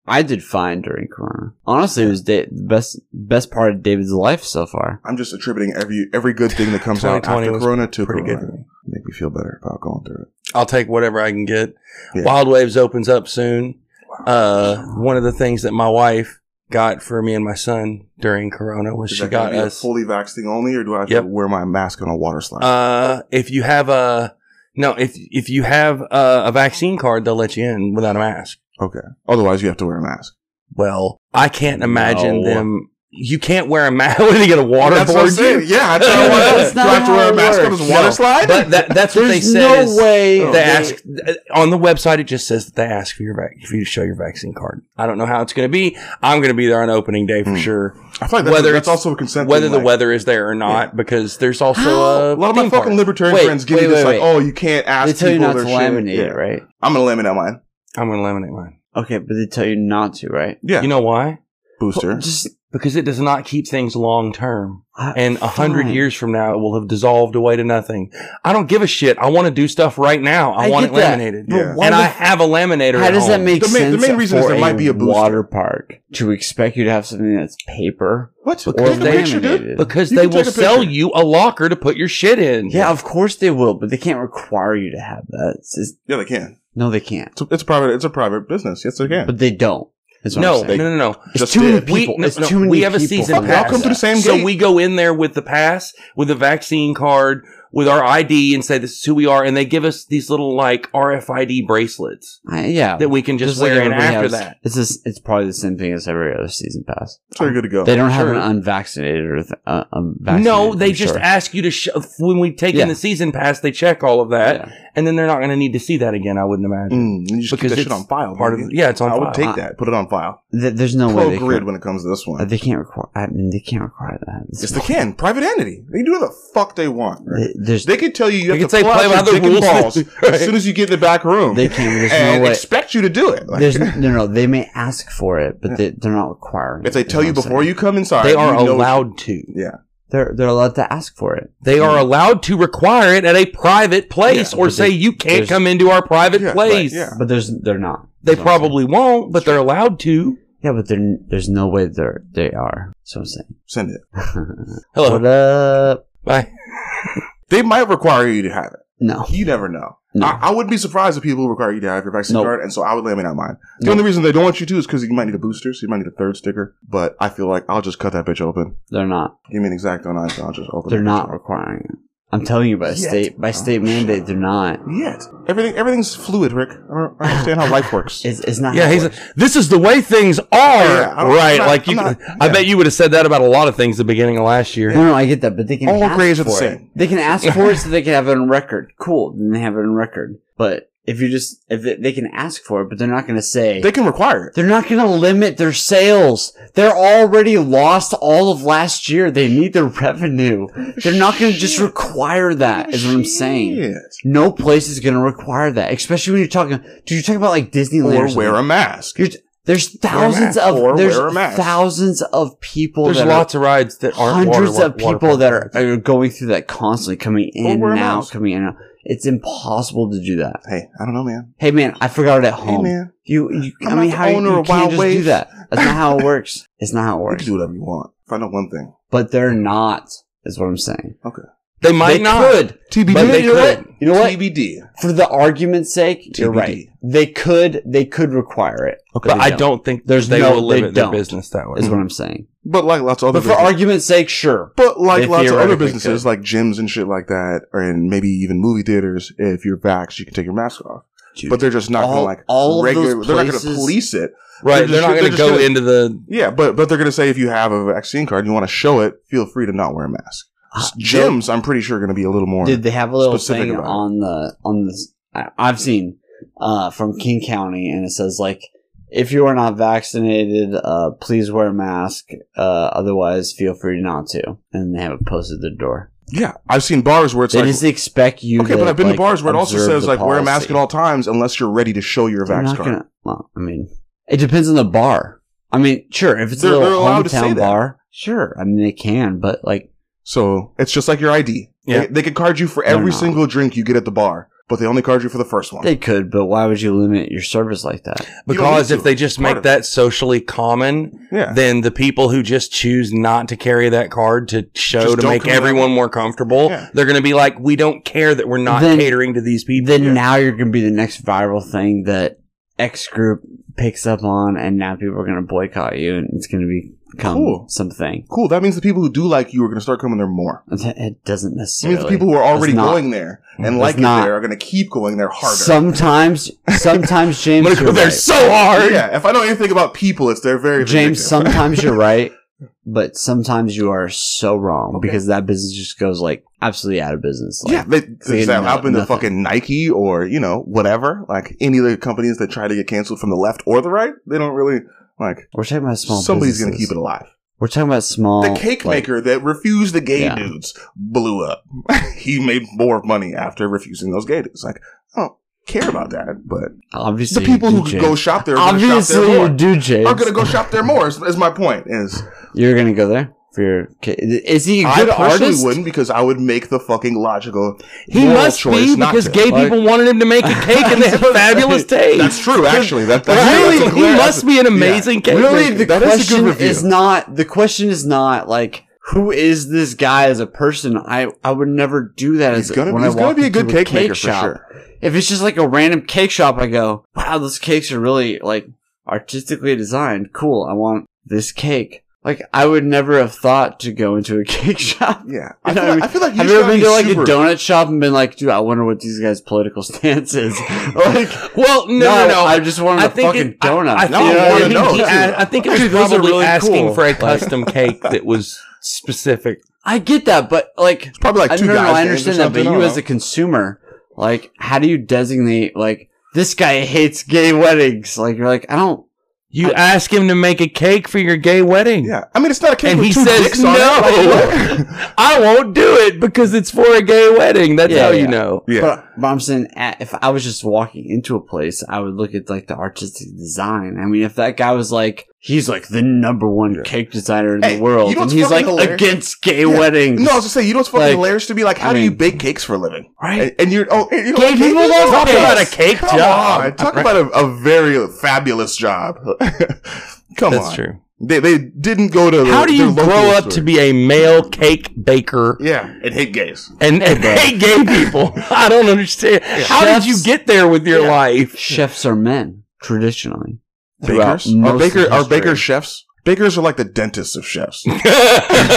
S3: I did fine during Corona. Honestly, it was da- the best best part of David's life so far.
S1: I'm just attributing every every good thing that comes out
S5: 2020
S1: after
S5: was
S1: Corona to
S5: pretty
S1: Corona. Make me feel better about going through it.
S5: I'll take whatever I can get.
S1: Yeah.
S5: Wild Waves opens up soon. Uh, one of the things that my wife got for me and my son during Corona was
S1: Is
S5: she
S1: that gonna
S5: got
S1: be a
S5: us.
S1: fully vaxxed thing only, or do I have
S5: Yep.
S1: to wear my mask on a water slide?
S5: Uh, if you have a no, if if you have a, a vaccine card, they'll let you in without a mask.
S1: Otherwise, you have to wear a mask.
S5: Well, I can't imagine
S3: No.
S5: them. You can't wear a mask. What are they going to waterboard you?
S1: Yeah, I
S5: don't wanna-
S1: do
S5: That's
S3: not
S1: I have to wear a
S3: how it
S1: mask on
S3: works.
S1: this water
S5: No.
S1: slide?
S5: But that, that's what they
S3: There's
S5: said.
S3: no
S5: is
S3: way
S5: They
S1: they-
S5: ask uh, on the website. It just says that they ask for your vac- if you to show your vaccine card. I don't know how it's going to be. I'm going to be there on opening day for
S1: Hmm.
S5: sure.
S1: I feel like that's,
S5: whether
S1: that's
S5: it's-
S1: also a consent.
S5: Whether
S1: thing,
S5: the
S1: like,
S5: weather is there or not, because there's also
S3: How?
S5: a,
S1: A lot of my
S5: theme
S1: fucking
S5: park.
S1: libertarian
S3: Wait,
S1: friends give me
S3: wait,
S1: this
S3: wait,
S1: like,
S3: wait.
S1: oh, you can't ask
S3: They tell you
S1: people
S3: not to
S1: their shit.
S3: laminate
S1: Yeah.
S3: it, right?
S1: I'm gonna laminate mine.
S5: I'm going to laminate mine.
S3: Okay, but they tell you not to, right?
S1: Yeah,
S5: You know why?
S1: booster.
S3: Just
S5: Because it does not keep things long term.
S3: I-
S5: And a hundred
S3: fine.
S5: years from now, it will have dissolved away to nothing. I don't give a shit. I want to do stuff right now. I,
S3: I
S5: want it
S3: get that.
S5: laminated.
S1: Yeah.
S3: Why
S5: And
S3: the
S5: I
S3: f-
S5: have a laminator.
S3: How
S5: at
S3: does that
S5: home.
S3: make
S1: The main-
S3: sense?
S1: the main reason is
S3: for
S1: there might be a booster.
S3: water park to expect you to have something that's paper
S1: What?
S3: or
S1: Take a picture, dude.
S3: laminated.
S5: Because
S1: You
S5: they
S1: can
S5: will
S1: take a
S5: sell
S1: picture.
S5: you a locker to put your shit in.
S3: yeah, of course they will, but they can't require you to have that. It's just-
S1: Yeah, they can.
S3: no, they can't.
S1: It's a, it's a private. It's a private business. Yes, they can.
S3: But they don't. Is what
S5: No,
S3: I'm
S5: no,
S3: saying.
S5: no, no.
S3: it's
S1: just
S3: too many
S1: did.
S5: We,
S3: people.
S5: no,
S3: it's
S5: no,
S3: too many
S5: we have a
S3: people
S5: season
S3: for
S5: pass.
S1: Y'all come through the same
S5: so
S1: gate.
S5: we go in there with the pass, with the vaccine card, with our ID, and say this is who we are, and they give us these little like RFID bracelets
S3: I, yeah,
S5: that we can just,
S3: like
S5: wear in
S3: everybody
S5: after
S3: else.
S5: that.
S3: It's just, it's probably the same thing as every other season pass.
S1: so you're good to go.
S3: They don't have
S5: sure.
S3: an unvaccinated or th- uh, unvaccinated.
S5: no, they
S3: I'm
S5: just
S3: sure.
S5: ask you to sh- when we take
S3: Yeah.
S5: in the season pass, they check all of that,
S3: Yeah.
S5: and then they're not going to need to see that again. I wouldn't imagine.
S1: Mm, you just keep
S5: Because
S1: that shit
S5: it's
S1: on file.
S3: Mm-hmm.
S5: Part of
S1: baby.
S5: yeah, it's on.
S1: I would
S5: file.
S1: take that. Put it on file.
S3: Th- there's no way
S1: Pro
S3: they
S1: grid
S3: can,
S1: when it comes to this
S3: uh,
S1: one.
S3: they can't require. I mean, they can't require that. It's-
S1: Yes, they can. Private entity. They can do what the fuck they want. right?
S3: they- there's
S1: They could tell you you
S5: They
S1: have
S5: could say,
S1: to pull out
S5: "Play by
S1: your
S5: the
S1: dick and
S5: rules."
S1: balls
S5: Right.
S1: as soon as you get in the back room
S3: They can. There's
S1: and
S3: no way.
S1: expect you to do it. Like,
S3: There's no, no. They may ask for it, but they, they're not requiring.
S1: if they
S3: it,
S1: tell you
S3: know what I'm
S1: before
S3: saying?
S1: you come inside,
S5: They are
S1: you know-
S5: allowed to.
S1: Yeah,
S3: they're they're allowed to ask for it.
S5: They are allowed to require it at a private place
S3: Mm-hmm. Yeah,
S5: or
S3: but
S5: say
S3: they-
S5: you can't
S3: there's-
S5: come into our private
S1: Yeah,
S5: place.
S1: right, yeah.
S3: But there's they're not.
S5: They
S3: That's what I'm
S5: probably won't, but they're allowed to.
S3: saying. yeah, but they're, there's no way they're they are. So I'm saying.
S1: send it.
S5: Hello.
S3: What up?
S5: Bye.
S1: They might require you to have it.
S3: No,
S1: You never know.
S3: No.
S1: I, I wouldn't be surprised if people require you to have your vaccine
S3: Nope.
S1: card, and so I would laminate mine. The
S3: Nope.
S1: only reason they don't want you to is because you might need a booster, so you might need a third sticker. But I feel like I'll just cut that bitch open.
S3: they're not.
S1: Give me an exacto knife, and I'll just open.
S3: They're
S1: that
S3: not
S1: bitch up.
S3: requiring it. I'm telling you by
S1: Yet.
S3: state by state
S1: Oh,
S3: mandate,
S1: shit.
S3: they're not.
S1: Yet everything everything's fluid, Rick. I don't, I don't understand how life works.
S3: It's, it's not.
S5: Yeah,
S3: how it
S5: he's
S3: works.
S5: this is the way things are.
S1: Yeah, I'm-
S5: right.
S1: I'm not-
S5: like you
S1: I'm not-
S5: I
S1: yeah.
S5: bet you would have said that about a lot of things at the beginning of last year.
S3: No, no, I get that, but they can
S1: All
S3: ask
S1: grades are the
S3: for it.
S1: same.
S3: They can ask for it so they can have it on record. Cool, then they have it on record. But if you just if they, they can ask for it, but they're not going to say
S1: They can require it.
S3: They're not going to limit their sales. They're already lost all of last year. They need their revenue. They're not going to just require that, is what I'm saying.
S1: Oh, Shit.
S3: No place is going to require that, especially when you're talking. Dude, you're talking about like Disneyland. Or,
S1: Or wear a mask.
S3: You're, there's thousands
S1: mask.
S3: of
S1: Or
S3: there's
S1: wear a mask.
S3: thousands of people.
S5: There's
S3: that
S5: lots of rides
S3: are,
S5: that aren't
S3: hundreds
S5: water-
S3: of
S5: water
S3: people
S5: park
S3: that are,
S5: rides.
S3: are going through that constantly, coming in
S1: wear a
S3: and out,
S1: mask.
S3: coming in and out. It's impossible to do that.
S1: Hey, I don't know, man.
S3: Hey man, I forgot it at
S1: Hey,
S3: home.
S1: man.
S3: You, you I
S1: I'm
S3: mean,
S1: not
S3: how
S1: the
S3: you,
S1: owner
S3: you
S1: of
S3: can't
S1: Wild
S3: just do
S1: Waves.
S3: that? That's not how it works. It's not how it
S1: You can
S3: works.
S1: do whatever you want. If I know one thing,
S3: But they're not, is what I'm saying.
S1: Okay.
S5: They might
S3: they
S5: not.
S3: could.
S1: TBD.
S5: But they
S3: You know
S5: could.
S3: what? You know what?
S1: TBD.
S3: For the argument's sake, you're
S1: TBD.
S3: right. They could. They could require it.
S1: Okay.
S5: But
S1: But,
S5: I don't think
S3: There's
S5: they
S3: no-
S5: will
S3: they
S5: limit their
S3: don't.
S5: business that way.
S3: Is what I'm saying.
S1: like lots of other
S3: But for
S1: businesses,
S3: argument's sake, sure.
S1: but like
S5: they
S1: lots of other
S5: theoretically
S1: businesses
S5: could.
S1: like gyms and shit like that, or and maybe even movie theaters, if you're vaxxed, you can take your mask off. But they're just not
S3: all-
S1: gonna like
S3: all of those
S1: regular they're not gonna
S3: places-
S1: police it. They're
S5: Right. They're
S1: just-
S5: not
S1: they're
S5: going to
S1: just
S5: go
S1: gonna-
S5: into the.
S1: Yeah, but but they're gonna say if you have a vaccine card and you wanna show it, feel free to not wear a mask.
S3: Ah,
S1: Gyms, I'm pretty sure are gonna be a little more
S3: Did they have a little
S1: specific
S3: thing
S1: about it.
S3: on the on this? I, I've seen uh, from King County, and it says like, if you are not vaccinated, uh, please wear a mask. Uh, otherwise, feel free not to. And they have it posted at the door.
S1: Yeah. I've seen bars where it's
S3: they
S1: like
S3: just expect you.
S1: Okay,
S3: to,
S1: but I've been
S3: like,
S1: to bars where it also
S3: observe
S1: says
S3: the
S1: like wear a mask
S3: policy.
S1: at all times unless you're ready to show your
S3: They're
S1: vax
S3: not
S1: card.
S3: gonna- well, I mean, it depends on the bar. I mean, sure, if it's
S1: They're-
S3: a
S1: they're
S3: little
S1: allowed to say
S3: hometown
S1: that.
S3: bar, sure. I mean, they can, but like,
S1: So it's just like your ID.
S5: Yeah.
S1: They, they could card you for
S3: They're
S1: every
S3: not.
S1: single drink you get at the bar, but they only card you for the first one.
S3: they could. But why would you limit your service like that?
S1: don't
S5: Because
S1: need
S5: if
S1: to.
S5: they just
S1: Part
S5: make
S1: of
S5: that socially common,
S1: yeah.
S5: then the people who just choose not to carry that card to show
S1: Just
S5: to
S1: don't
S5: make
S1: come
S5: everyone more comfortable,
S1: Yeah.
S5: they're going to be like, we don't care that we're not
S3: Then-
S5: catering to these people.
S3: then now you're gonna be the next viral thing that X group picks up on, and now people are gonna boycott you, and it's gonna become
S1: Cool.
S3: something.
S1: cool. That means the people who do like you are going to start coming there more.
S3: It it doesn't
S1: It means
S3: necessarily.
S1: the people who are already
S3: It's not.
S1: going there and
S3: It's
S1: like it
S3: not.
S1: there are going to keep going there harder.
S3: sometimes, sometimes
S5: I'm
S3: James,
S5: going to go
S3: you're
S5: there
S3: right.
S5: so hard.
S1: yeah. If I know anything about people, it's they're very
S3: James,
S1: vindictive.
S3: sometimes you're right, but sometimes you are so wrong
S1: Okay.
S3: because that business just goes like absolutely out of business. Like,
S1: yeah, they,
S3: they
S1: does that
S3: know
S1: happen to
S3: nothing.
S1: fucking Nike or you know whatever? Like any of the companies that try to get canceled from the left or the right, they don't really like.
S3: we're talking about small.
S1: somebody's going to keep it alive.
S3: We're talking about small.
S1: the cake
S3: like,
S1: maker that refused the gay
S3: Yeah.
S1: dudes blew up. he made more money after refusing those gay dudes. Like, I don't care about that, but the
S3: Obviously,
S1: people
S3: you
S1: who
S3: do, James.
S1: go shop there are going to shop
S3: obviously
S1: there
S3: you
S1: more.
S3: do, James.
S1: Are going to go shop there more. Is, is my point is
S3: You're gonna go there for your. Ki- is he a
S1: I
S3: good
S1: personally
S3: artist?
S1: wouldn't because I would make the fucking logical.
S5: He
S1: moral
S5: must
S1: choice
S5: be
S1: not
S5: because
S1: to.
S5: gay
S3: Like-
S5: people wanted him to make a cake and they have fabulous taste.
S1: That's true, actually. That that's
S5: really,
S1: that's a
S5: he
S1: glare-
S5: must be an amazing cake
S3: Really,
S5: maker.
S3: the
S1: That is a good
S3: question is,
S1: review.
S3: not. The question is not like who is this guy as a person. I I would never do that
S1: He's
S3: as
S1: gonna,
S3: when
S1: he's
S3: I
S1: gonna
S3: walk
S1: be a good
S3: into
S1: cake, maker
S3: shop.
S1: for sure.
S3: If it's just like a random cake shop, I go, wow, those cakes are really like artistically designed. Cool, I want this cake. Like I would never have thought to go into a cake shop.
S1: Yeah,
S3: You
S1: I
S3: know
S1: feel,
S3: what I
S1: like,
S3: mean?
S1: I feel like you
S3: Have you ever
S1: gotta
S3: been
S1: be
S3: to like
S1: super-
S3: a donut shop and been like, dude, I wonder what these guys' political stance is? like,
S5: well, no, no, no.
S3: I just wanted
S5: I
S3: a
S5: think
S3: fucking
S5: it- I-
S3: donut.
S5: I,
S1: No, I wanna
S5: think,
S1: know,
S5: he-
S1: too.
S5: I- I think it was
S3: Dude, those are
S5: probably
S3: really
S5: asking
S3: cool.
S5: for a
S3: Like-
S5: custom cake that was specific.
S3: I get that, but like,
S1: It's probably
S3: I,
S1: like two
S3: no, no,
S1: guys.
S3: I
S1: names or
S3: understand that, but
S1: something, I
S3: you
S1: don't
S3: as
S1: know.
S3: a consumer, like, how do you designate like this guy hates gay weddings? Like, you're like, I don't.
S5: You ask him to make a cake for your gay wedding.
S1: yeah, I mean it's not a cake
S5: And
S1: with
S5: he
S1: two
S5: says,
S1: dicks on it.
S5: "No."
S1: Like, what?
S5: I won't do it because it's for a gay wedding. That's
S3: Yeah,
S5: how you
S3: yeah.
S5: know.
S1: Yeah.
S3: But, but I'm saying, at, if I was just walking into a place, I would look at like the artistic design. I mean, if that guy was like, he's like the number one cake designer in
S1: Hey,
S3: the world,
S1: you know
S3: and
S1: what's
S3: he's like
S1: fucking hilarious?
S3: against gay
S1: Yeah.
S3: weddings.
S1: No, I was just saying, you know what's fucking
S3: Like,
S1: hilarious to me? Like, how
S3: I
S1: do you
S3: mean-
S1: bake cakes for a living?
S5: Right.
S1: And, and you're, oh, and you know,
S3: Gay
S1: cake
S3: people
S1: is-
S3: love
S1: talk
S3: cakes.
S1: about a
S5: cake
S1: Come on. Talk about a, a very fabulous job. Come
S5: That's
S1: on.
S5: true.
S1: They, they didn't go to. their-
S5: How do
S1: their
S5: you
S1: local
S5: grow up
S1: store.
S5: to be a male cake baker
S1: Yeah, and hate gays.
S5: and, and hate gay people? I don't understand. How did you
S3: Chefs-
S5: get there with your life?
S3: chefs are men traditionally. Throughout
S1: Bakers are
S3: most of
S1: baker are
S3: history.
S1: baker chefs. Bakers are like the dentists of chefs.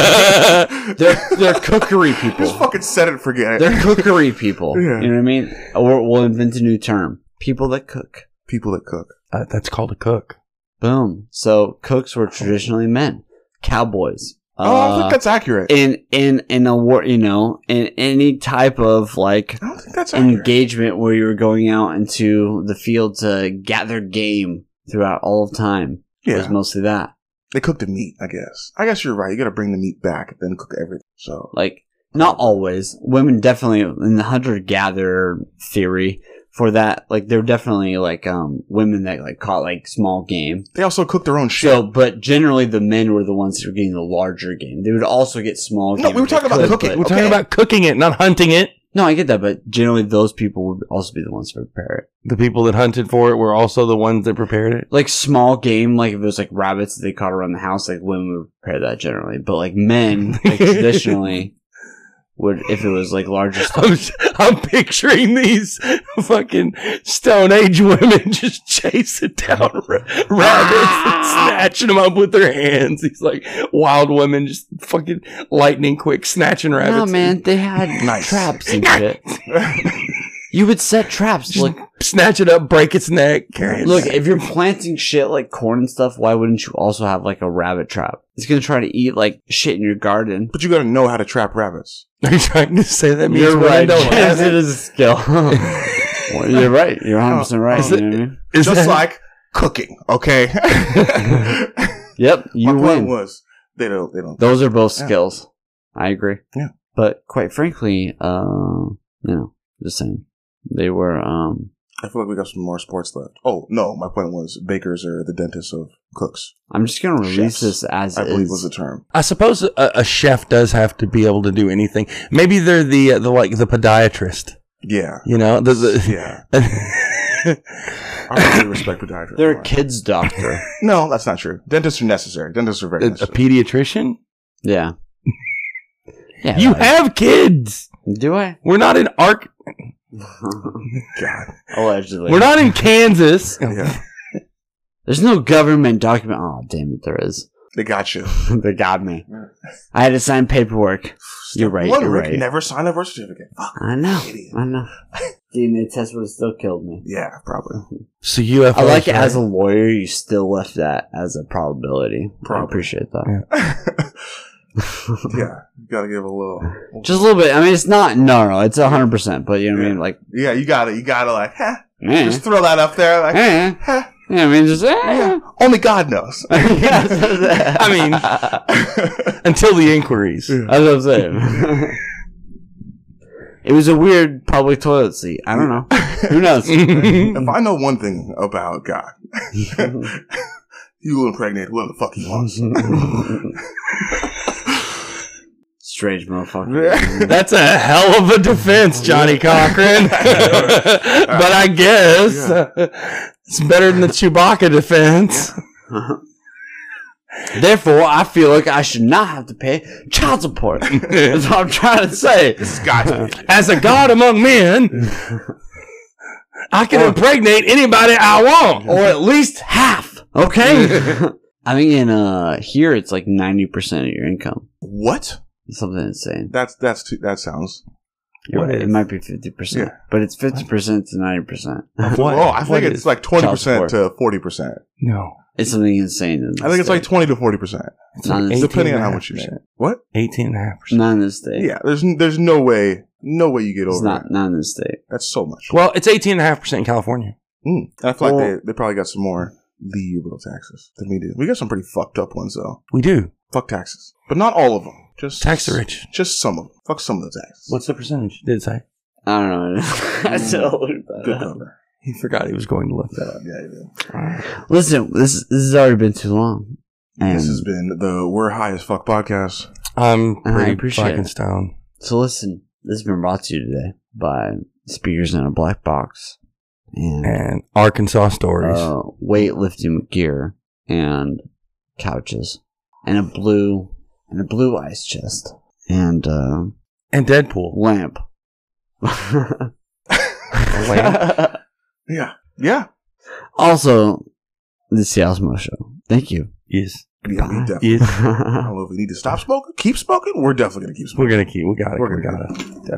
S3: They're they're cookery
S1: Just
S3: people.
S1: fucking set it, forget it.
S3: They're cookery people.
S1: Yeah.
S3: You know what I mean? Or we'll invent a new term: people that cook.
S1: People that cook.
S5: Uh, that's called a cook.
S3: Boom. So cooks were traditionally men, cowboys.
S1: Oh, I
S3: Uh,
S1: think that's accurate.
S3: in in in a war, you know, in any type of like
S1: I don't think that's accurate.
S3: engagement where you were going out into the field to gather game throughout all of time. It was
S1: yeah,
S3: mostly that.
S1: they cook the meat. I guess. I guess you're right. You got to bring the meat back, then cook everything. So
S3: like not always women definitely in the hunter gatherer theory for that like they're definitely like um women that like caught like small game
S1: they also cook their own shit.
S3: so but generally the men were the ones who were getting the larger game they would also get small
S1: No,
S3: game
S1: we were
S3: if they
S1: talking about
S3: could,
S1: cooking.
S3: but-
S5: We're talking
S1: Okay.
S5: about cooking it, not hunting it.
S3: no i get that but generally those people would also be the ones to prepare it
S5: The people that hunted for it were also the ones that prepared it.
S3: like small game like if it was like rabbits that they caught around the house like women would prepare that generally but like men like traditionally would if it was like larger stuff.
S5: I'm, I'm picturing these fucking Stone Age women just chasing down ra- rabbits and snatching them up with their hands. These like wild women just fucking lightning quick snatching
S3: No,
S5: rabbits.
S3: man, they had
S1: Nice.
S3: traps and shit. you would set traps.
S5: Just
S3: Look,
S5: snatch it up, break its neck, carry it.
S3: look,
S5: back.
S3: if you're planting shit like corn and stuff, why wouldn't you also have like a rabbit trap? It's gonna try to eat like shit in your garden.
S1: But you gotta know how to trap rabbits.
S5: Are you trying to say that means
S3: You're
S5: women
S3: right.
S5: don't
S3: Yes,
S5: have
S3: it
S5: it?
S3: is a skill. Well, you're right. You're 100 percent right.
S5: Is
S3: you
S5: it-
S3: know what I mean?
S5: Is
S1: Just
S5: that-
S1: like cooking, okay?
S3: Yep, you
S1: My point
S3: win.
S1: was they don't they don't
S3: Those are both
S1: Yeah.
S3: skills. I agree.
S1: Yeah.
S3: But quite frankly, uh, you know, just saying, they were. um
S1: I feel like we got some more sports left. Oh no, my point was bakers are the dentists of cooks.
S3: I'm just gonna release
S1: Chefs,
S3: this as
S1: I believe
S3: is.
S1: was the term.
S5: I suppose a, a chef does have to be able to do anything. Maybe they're the uh, the like the podiatrist.
S1: Yeah.
S5: You know, the, the,
S1: Yeah. I really respect podiatrists.
S3: They're
S1: a
S3: a
S1: lot.
S3: kid's doctor.
S1: No, that's not true. Dentists are necessary. Dentists are very
S5: a, a
S1: necessary.
S5: pediatrician.
S3: yeah. Yeah.
S5: You
S3: right.
S5: have kids.
S3: do I?
S5: We're not in Ark.
S1: God.
S3: Allegedly.
S5: We're not in Kansas.
S1: Yeah.
S3: There's no government document. Oh, damn it, there is.
S1: They got you.
S3: they got me. I had to sign paperwork. You're right.
S1: One
S3: you're
S1: Rick
S3: right.
S1: never signed a birth certificate. Fuck.
S3: I know.
S1: Idiot.
S3: I know. DNA test would have still killed me.
S1: Yeah, probably.
S5: So UFOs.
S3: I like it as a
S5: right?
S3: lawyer. You still left that as a probability. I
S1: Probably.
S3: appreciate that.
S1: yeah. You gotta give a little
S3: Just a little bit. I mean, it's not gnarly. It's hundred percent. But you know what I mean? Like,
S1: Yeah, you gotta you gotta like huh,
S3: eh,
S1: just throw that up there like
S3: eh.
S1: huh,
S3: You know what I mean, just eh.
S1: yeah. Only God knows.
S3: I
S5: mean-
S3: that's
S5: until the inquiries.
S3: what I'm saying. it was a weird public toilet seat. I don't know. Who knows?
S1: If I know one thing about God, he will impregnate whoever the fuck he wants.
S3: Strange motherfucker.
S5: That's a hell of a defense, Johnny Cochran. but I guess it's better than the Chewbacca defense.
S3: Therefore, I feel like I should not have to pay child support. That's what I'm trying to say.
S5: As a god among men, I can impregnate anybody I want.
S3: or at least half. Okay. I mean, uh, here it's like ninety percent of your income.
S1: what?
S3: It's something insane.
S1: That's that's too, that sounds.
S3: You're
S5: What
S3: right. It
S5: is-
S3: might be fifty percent,
S1: Yeah.
S3: but it's fifty percent to ninety percent.
S5: What-
S1: Well, oh, I
S5: what
S1: think it's
S5: is-
S1: like twenty percent to forty percent.
S5: no.
S3: It's something insane. In this
S1: I think it's like
S3: state.
S1: twenty to forty percent,
S3: not, in this,
S1: depending on how much you make. What?
S5: Eighteen and a half percent.
S3: not in this state.
S1: Yeah, there's n- there's no way, no way you get
S3: it's
S1: over
S3: not
S1: that.
S3: not in this state.
S1: That's so much.
S5: Well, it's eighteen and a half percent in California.
S1: Mm. And I feel
S3: Well-
S1: like they, they probably got some more liberal taxes than we do. We got some pretty fucked up ones though.
S5: We do.
S1: Fuck taxes, but not all of them. Just
S5: Tax the rich.
S1: Just some of them. Fuck some of the taxes.
S5: What's the percentage? Did it say?
S3: I don't know. I still don't know about
S1: good
S3: that.
S1: number?
S5: He forgot he was going to look that
S1: Yeah,
S5: up.
S1: yeah, yeah.
S3: Listen, this this has already been too long. And
S1: This has been the We're High as Fuck podcast.
S5: I'm
S3: I
S5: pretty
S3: appreciate
S5: black
S3: it.
S5: and stone.
S3: so listen, this has been brought to you today by Speakers in a Black Box. And
S5: and Arkansas stories.
S3: uh, weightlifting gear and couches and a blue and a blue ice chest and uh,
S5: and Deadpool.
S3: lamp.
S5: lamp?
S1: Yeah. Yeah.
S3: also, the Seattle's Mo Show. Thank you.
S5: Yes.
S1: Yeah, we
S3: Bye.
S1: definitely.
S5: Yes.
S1: I don't know if we need to stop smoking, keep smoking. We're definitely going to keep smoking.
S5: We're gonna keep. We got it.
S1: We're
S5: we
S1: gonna
S5: got it.